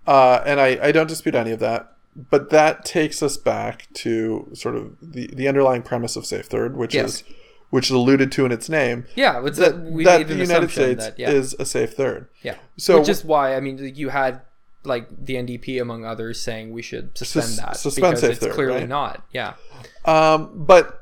C: Uh, and I, I don't dispute any of that. but that takes us back to sort of the, the underlying premise of Safe Third, which
B: Yes.
C: is which is alluded to in its name.
B: Yeah, it's that,
C: That,
B: we
C: that
B: made
C: the
B: an
C: United
B: assumption
C: States
B: that yeah,
C: is a safe third.
B: yeah.
C: so-
B: which is why I mean you had like the NDP among others saying we should suspend
C: Sus-
B: that
C: suspend
B: because
C: safe
B: it's
C: third,
B: clearly
C: right?
B: not. Yeah,
C: Um, but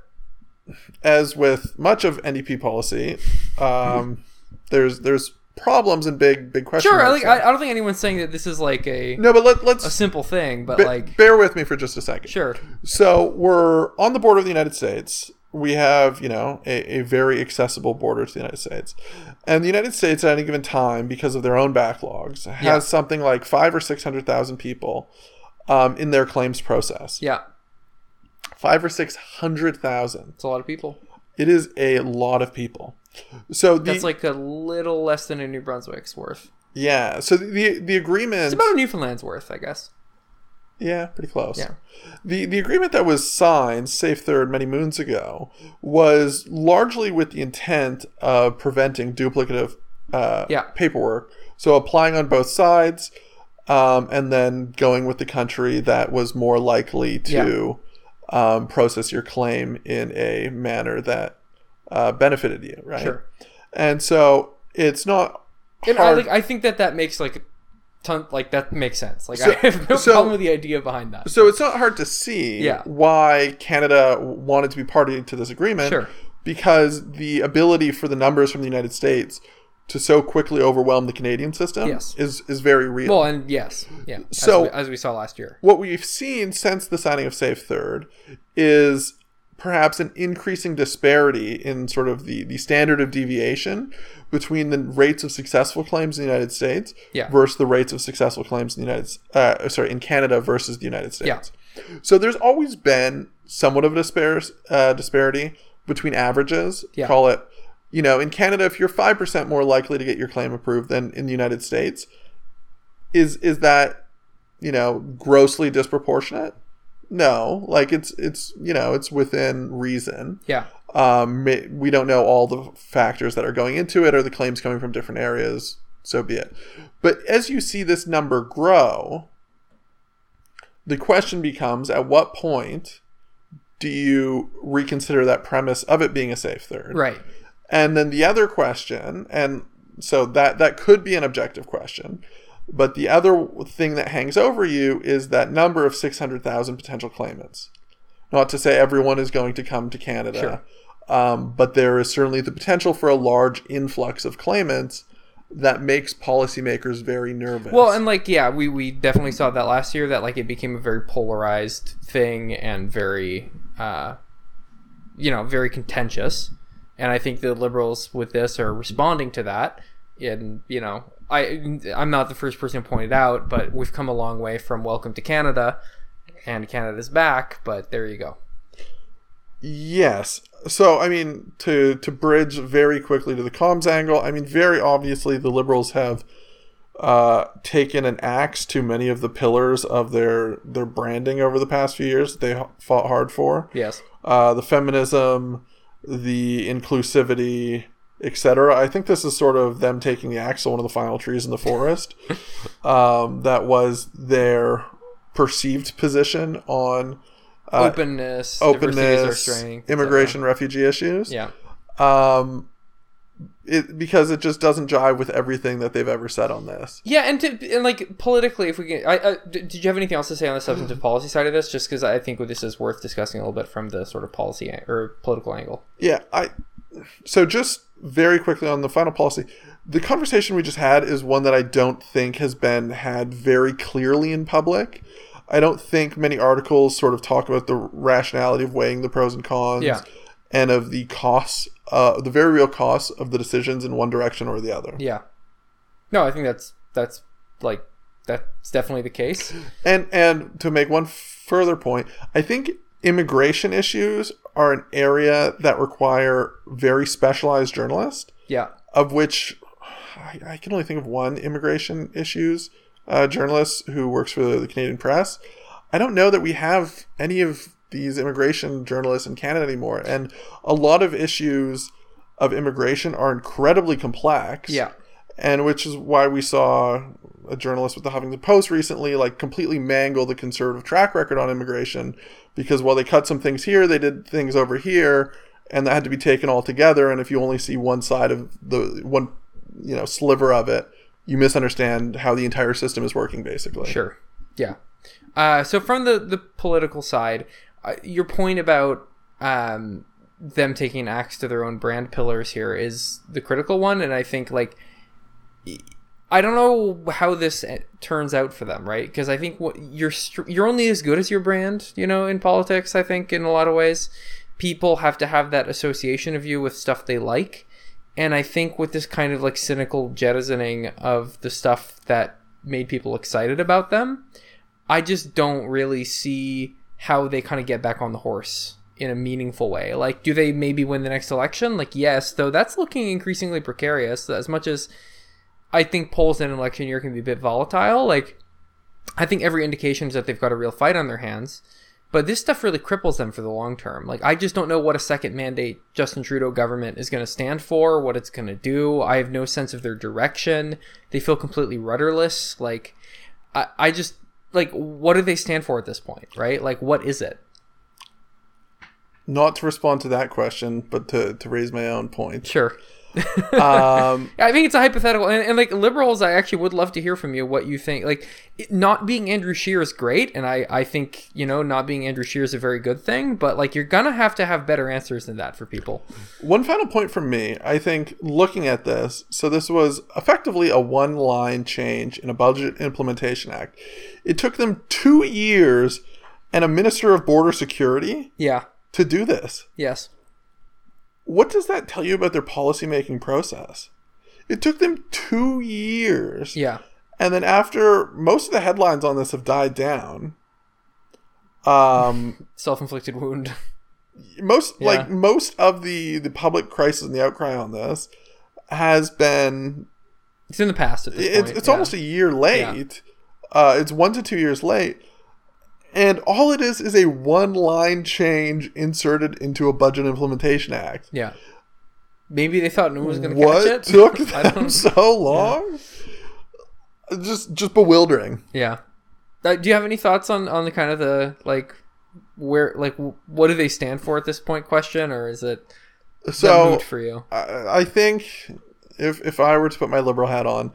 C: as with much of NDP policy, um, there's there's problems and big big questions.
B: sure. I, like, I, I don't think anyone's saying that this is like a
C: no, but let, let's
B: a simple thing, but
C: ba-
B: like
C: bear with me for just a second.
B: sure,
C: So we're on the border of the United States. We have, you know, a, a very accessible border to the United States. And the United States at any given time, because of their own backlogs, has
B: Yeah.
C: something like five or six hundred thousand people um, in their claims process.
B: yeah,
C: Five or six hundred thousand.
B: it's a lot of people.
C: It is a lot of people. So the
B: That's like a little less than a New Brunswick's worth.
C: yeah. So the the, the agreement
B: It's about a Newfoundland's worth, I guess.
C: Yeah, pretty close.
B: Yeah.
C: The the agreement that was signed, Safe Third, many moons ago, was largely with the intent of preventing duplicative uh,
B: Yeah.
C: paperwork. So applying on both sides, um, and then going with the country that was more likely to um, process your claim in a manner that uh, benefited you, right?
B: Sure.
C: And so it's not.
B: And I
C: hard-
B: like I think that that makes like ton like that makes sense. Like
C: So-
B: I have no
C: so-
B: problem with the idea behind that.
C: So it's not hard to see
B: Yeah.
C: why Canada wanted to be party to this agreement.
B: Sure.
C: Because the ability for the numbers from the United States to so quickly overwhelm the Canadian system
B: Yes.
C: is, is very real.
B: Well, and yes, yeah. as
C: So-
B: we- as we, saw last year,
C: what we've seen since the signing of Safe Third is perhaps an increasing disparity in sort of the, the standard of deviation between the rates of successful claims in the United States
B: Yeah.
C: versus the rates of successful claims in the United S- uh, sorry in Canada versus the United States. So there's always been somewhat of a dispar- uh, disparity between averages.
B: Yeah.
C: Call it, you know, in Canada, if you're five percent more likely to get your claim approved than in the United States, is is that you know grossly disproportionate? No, like it's it's you know it's within reason.
B: yeah,
C: Um, ma- we don't know all the factors that are going into it or the claims coming from different areas. So be it. But as you see this number grow, the question becomes: At what point do you reconsider that premise of it being a safe third?
B: right,
C: And then the other question, and so that that could be an objective question, but the other thing that hangs over you is that number of six hundred thousand potential claimants. Not to say everyone is going to come to Canada, um, but there is certainly the potential for a large influx of claimants that makes policymakers very nervous.
B: Well, and like yeah, we we definitely saw that last year. That like it became a very polarized thing and very, uh, you know, very contentious. And I think the liberals with this are responding to that. And you know, I I'm not the first person to point it out, but we've come a long way from "Welcome to Canada," and Canada's back. But there you go.
C: Yes. So I mean, to to bridge very quickly to the comms angle, I mean, very obviously the liberals have uh, taken an axe to many of the pillars of their their branding over the past few years that they h- fought hard for.
B: Yes.
C: Uh, the feminism, the inclusivity, etc. I think this is sort of them taking the axe to one of the final trees in the forest. um, that was their perceived position on uh,
B: openness, diversity is our
C: openness,
B: strength, et
C: immigration, refugee issues.
B: cetera.
C: Um, it, because it just doesn't jive with everything that they've ever said on this.
B: Yeah, yeah, and to and like politically, if we can, I, I d- did you have anything else to say on the substantive policy side of this? Just because I think this is worth discussing a little bit from the sort of policy an- or political angle.
C: Yeah, I. So just very quickly on the final policy, the conversation we just had is one that I don't think has been had very clearly in public. I don't think many articles sort of talk about the rationality of weighing the pros and cons.
B: Yeah.
C: And of the costs, uh, the very real costs of the decisions in one direction or the other.
B: Yeah, no, I think that's that's like that's definitely the case.
C: And and to make one further point, I think immigration issues are an area that require very specialized journalists,
B: Yeah,
C: of which I, I can only think of one immigration issues uh, journalist who works for the Canadian Press. I don't know that we have any of these immigration journalists in Canada anymore, and a lot of issues of immigration are incredibly complex
B: yeah,
C: and which is why we saw a journalist with the Huffington Post recently like completely mangle the conservative track record on immigration because while they cut some things here, they did things over here, and that had to be taken all together. And if you only see one side of the one, you know, sliver of it, you misunderstand how the entire system is working. Basically,
B: Sure. Yeah. Uh, so from the the political side, uh, your point about um, them taking an axe to their own brand pillars here is the critical one, and I think like y- I don't know how this eh, turns out for them, right? Because I think what you're str- you're only as good as your brand, you know, in politics. I think in a lot of ways, people have to have that association of you with stuff they like. And I think with this kind of like cynical jettisoning of the stuff that made people excited about them, I just don't really see how they kind of get back on the horse in a meaningful way. Like, do they maybe win the next election? Like, yes, though that's looking increasingly precarious. As much as I think polls in an election year can be a bit volatile, like, I think every indication is that they've got a real fight on their hands. But this stuff really cripples them for the long term. Like, I just don't know what a second mandate Justin Trudeau government is going to stand for, what it's going to do. I have no sense of their direction. They feel completely rudderless. Like, I, I just, like, what do they stand for at this point, right? Like, what is it?
C: Not to respond to that question, but to to raise my own point.
B: Sure.
C: Um,
B: I think it's a hypothetical, and, and like liberals, I actually would love to hear from you what you think. Like, it, not being Andrew Shear is great, and I, I think you know not being Andrew Shear is a very good thing. But like, you're gonna have to have better answers than that for people.
C: One final point from me, I think, looking at this, so this was effectively a one line change in a budget implementation act. It took them two years and a minister of border security
B: Yeah.
C: to do this.
B: Yes.
C: What does that tell you about their policymaking process? It took them two years.
B: Yeah.
C: And then after most of the headlines on this have died down, um,
B: Self-inflicted wound.
C: most
B: Yeah.
C: like most of the the public crisis and the outcry on this has been
B: It's in the past at this
C: it's,
B: point.
C: it's
B: yeah.
C: almost a year late uh, it's one to two years late and all it is is a one line change inserted into a budget implementation act
B: Yeah. Maybe they thought no one was gonna
C: what
B: catch it.
C: took
B: I
C: them
B: don't-
C: so long just just bewildering
B: Yeah. Uh, do you have any thoughts on on the kind of the like where like w- what do they stand for at this point question, or is it
C: so
B: moot for you?
C: I I think if if I were to put my liberal hat on,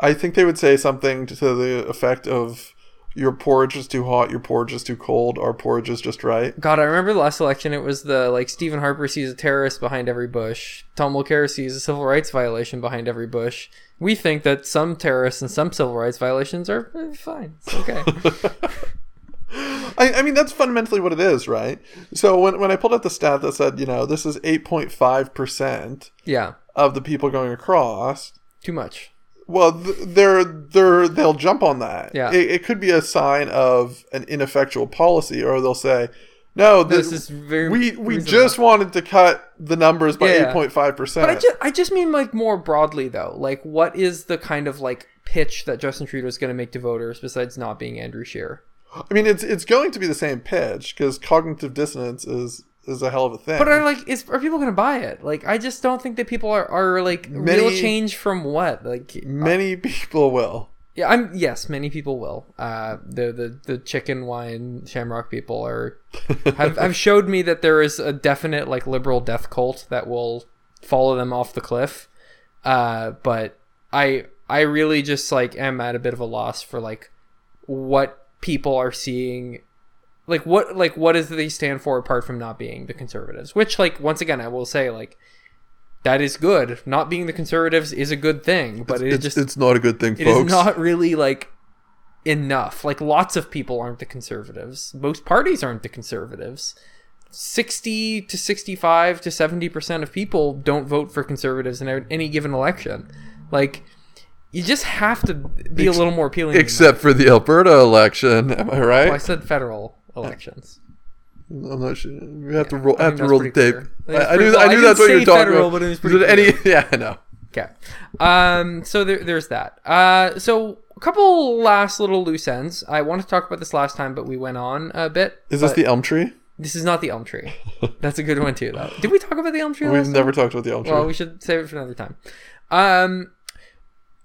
C: I think they would say something to the effect of your porridge is too hot, your porridge is too cold, our porridge is just right.
B: God, I remember the last election. It was the like Stephen Harper sees a terrorist behind every bush. Tom Mulcair sees a civil rights violation behind every bush. We think that some terrorists and some civil rights violations are eh, fine. It's okay.
C: I, I mean that's fundamentally what it is, right? So when when I pulled up the stat that said, you know, this is eight point five percent
B: yeah,
C: of the people going across,
B: too much.
C: well th- they're they're they'll jump on that
B: Yeah.
C: it, it could be a sign of an ineffectual policy or they'll say no
B: This
C: th-
B: is very
C: we we
B: reasonable.
C: just wanted to cut the numbers by
B: Yeah.
C: 8.5%
B: But I just I just mean like more broadly though. Like what is the kind of like pitch that Justin Trudeau is going to make to voters besides not being Andrew Scheer?
C: I mean it's it's going to be the same pitch cuz cognitive dissonance is is a hell of a thing
B: But are like is are people going to buy it? Like I just don't think that people are are like real
C: Many-
B: change from what like
C: many people will
B: Yeah, I'm. Yes, many people will. Uh, the the the chicken wine shamrock people are have have showed me that there is a definite like liberal death cult that will follow them off the cliff. Uh, but I I really just like am at a bit of a loss for like what people are seeing like what like what does they stand for apart from not being the conservatives which like once again i will say like that is good not being the conservatives is a good thing but it
C: it's,
B: just
C: it's not a good thing
B: it is
C: folks
B: not really like enough. Like lots of people aren't the conservatives. Most parties aren't the conservatives. 60 to 65 to 70% of people don't vote for conservatives in any given election. Like you just have to be a little more appealing. than
C: except for the Alberta election am I right
B: that. Well, I said federal elections.
C: I'm not sure we have to
B: Yeah,
C: roll
B: I
C: I have
B: think that's
C: to roll
B: pretty
C: the tape
B: clear. I think
C: I,
B: it's
C: I
B: pretty-
C: knew
B: well, I
C: I knew
B: didn't
C: that's what
B: say
C: you're talking
B: federal,
C: about
B: but it was
C: Did
B: pretty
C: any yeah I know
B: Okay. Um, so there, there's that. Uh, so a couple last little loose ends. I wanted to talk about this last time, but we went on a bit.
C: is this
B: but-
C: the elm tree
B: This is not the elm tree. That's a good one too, though. Did we talk about the elm tree?
C: we've
B: Last time?
C: never talked about the elm tree
B: Well, we should save it for another time. Um,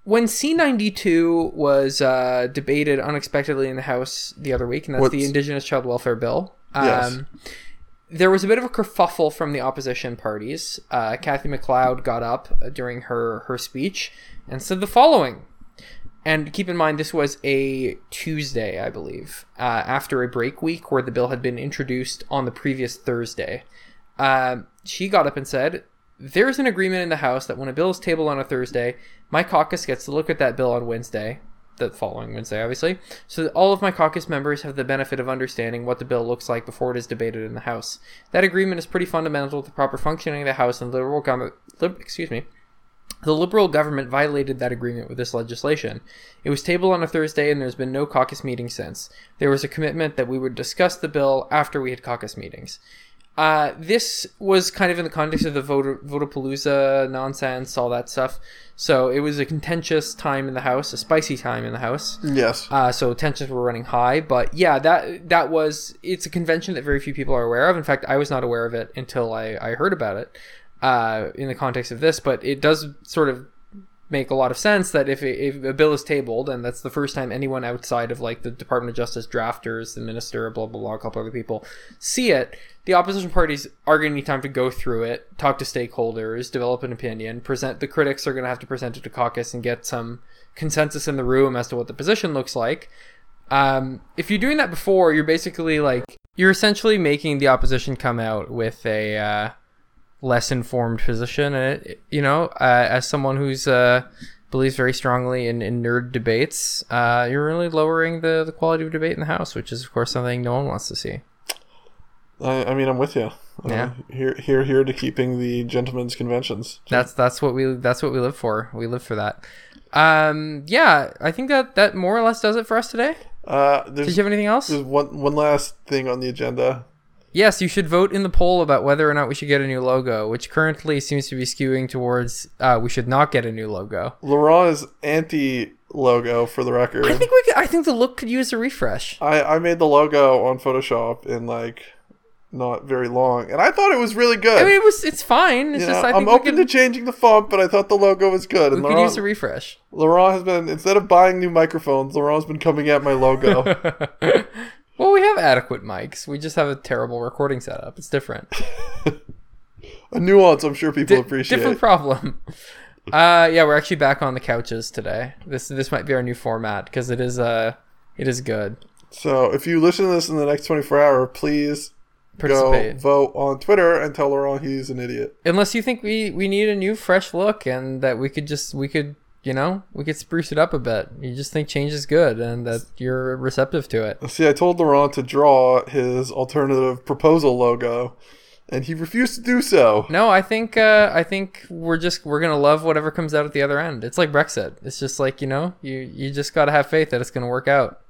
B: when C92 was uh, debated unexpectedly in the House the other week, and that's the
C: What's-
B: Indigenous Child Welfare Bill. Um,
C: Yes.
B: There was a bit of a kerfuffle from the opposition parties. Uh, Kathy McLeod got up uh, during her, her speech and said the following. And keep in mind, this was a Tuesday, I believe, uh, after a break week where the bill had been introduced on the previous Thursday. Um, she got up and said, There's an agreement in the House that when a bill is tabled on a Thursday, my caucus gets to look at that bill on Wednesday, the following Wednesday, obviously, so that all of my caucus members have the benefit of understanding what the bill looks like before it is debated in the House. That agreement is pretty fundamental to the proper functioning of the House and the liberal government. Lib- excuse me. The Liberal government violated that agreement with this legislation. It was tabled on a Thursday, and there's been no caucus meeting since. There was a commitment that we would discuss the bill after we had caucus meetings. Uh, this was kind of in the context of the Vote- Votapalooza nonsense, all that stuff. So it was a contentious time in the House, a spicy time in the House.
C: Yes.
B: Uh, so tensions were running high, but yeah, that that was it's a convention that very few people are aware of. In fact, I was not aware of it until I, I heard about it uh, in the context of this. But it does sort of make a lot of sense that if, if a bill is tabled and that's the first time anyone outside of like the Department of Justice drafters, the minister, blah blah blah, a couple other people see it, the opposition parties are going to need time to go through it, talk to stakeholders, develop an opinion, present. The critics are going to have to present it to caucus and get some consensus in the room as to what the position looks like. Um, if you're doing that before, you're basically like you're essentially making the opposition come out with a uh, less informed position. And it, you know, uh, as someone who's uh, believes very strongly in, in nerd debates, uh, you're really lowering the, the quality of debate in the house, which is of course something no one wants to see.
C: I, I mean, I'm with you.
B: Yeah.
C: Uh, here, here, here to keeping the gentlemen's conventions.
B: That's that's what we that's what we live for. We live for that. Um, yeah, I think that that more or less does it for us today.
C: Uh,
B: Did
C: there's,
B: you have anything else?
C: there's one one last thing on the agenda.
B: Yes, you should vote in the poll about whether or not we should get a new logo, which currently seems to be skewing towards uh, we should not get a new logo.
C: Laurent is anti logo for the record.
B: I think we could, I think the look could use a refresh.
C: I, I made the logo on Photoshop in like not very long, and I thought it was really good.
B: I mean, it was it's fine. It's
C: You
B: just
C: know,
B: I
C: I'm
B: think
C: open
B: we could,
C: to changing the font, but I thought the logo was good. And
B: we could use
C: Laurent,
B: a refresh.
C: Laurent has been instead of buying new microphones, Laurent's been coming at my logo.
B: well, we have adequate mics. We just have a terrible recording setup. It's different.
C: a nuance I'm sure people appreciate.
B: Different problem. Uh, yeah, we're actually back on the couches today. This this might be our new format because it is uh it is good.
C: So if you listen to this in the next 24 hour, please go
B: Participate.
C: vote on Twitter and tell Laurent he's an idiot.
B: unless you think we we need a new fresh look and that we could just we could you know we could spruce it up a bit you just think change is good and that you're receptive to it
C: See, I told Laurent to draw his alternative proposal logo, and he refused to do so.
B: no i think uh i think we're just we're gonna love whatever comes out at the other end it's like brexit it's just like you know you you just gotta have faith that it's gonna work out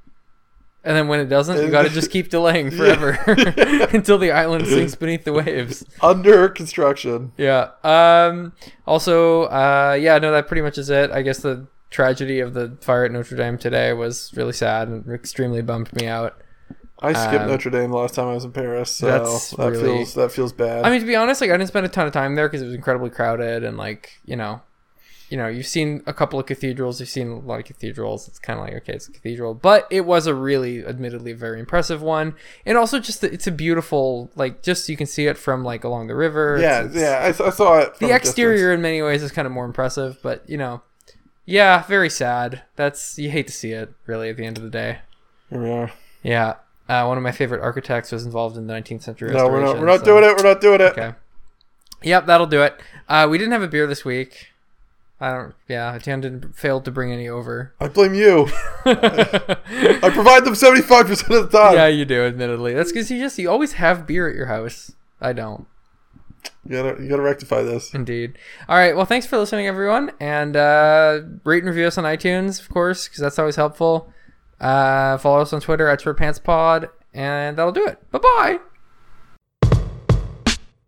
B: and then when it doesn't you gotta just keep delaying forever until the island sinks beneath the waves
C: Under construction.
B: Yeah. Um also uh yeah, no that pretty much is it. I guess the tragedy of the fire at Notre Dame today was really sad and extremely bummed me out.
C: I skipped
B: Um,
C: Notre Dame last time I was in Paris, so
B: that's
C: that
B: really-
C: feels that feels bad.
B: I mean to be honest, like I didn't spend a ton of time there cuz it was incredibly crowded and like, you know, you know, you've seen a couple of cathedrals, you've seen a lot of cathedrals. It's kind of like okay, it's a cathedral, but it was a really admittedly very impressive one. And also just the, it's a beautiful like just you can see it from like along the river.
C: yeah,
B: It's- it's-
C: yeah, I, s- I saw it. from
B: the
C: a
B: exterior in many ways is kind of more impressive, but you know, yeah, very sad. That's you hate to see it really at the end of the day.
C: distance. Here we are.
B: Yeah, uh, one of my favorite architects was involved in the 19th century.
C: No, we're
B: restoration,
C: not. We're not
B: so-
C: doing it. We're not doing it.
B: Okay. Yep, that'll do it. Uh, we didn't have a beer this week. I don't. Yeah, Dan didn't failed to bring any over.
C: I blame you. I provide them seventy five percent of the time.
B: yeah, you do. Admittedly, that's because you just you always have beer at your house. I don't.
C: You gotta, you gotta rectify this.
B: Indeed. All right. Well, thanks for listening, everyone, and uh, rate and review us on iTunes, of course, because that's always helpful. Uh, follow us on Twitter at SweatPantsPod, and that'll do it. Bye bye.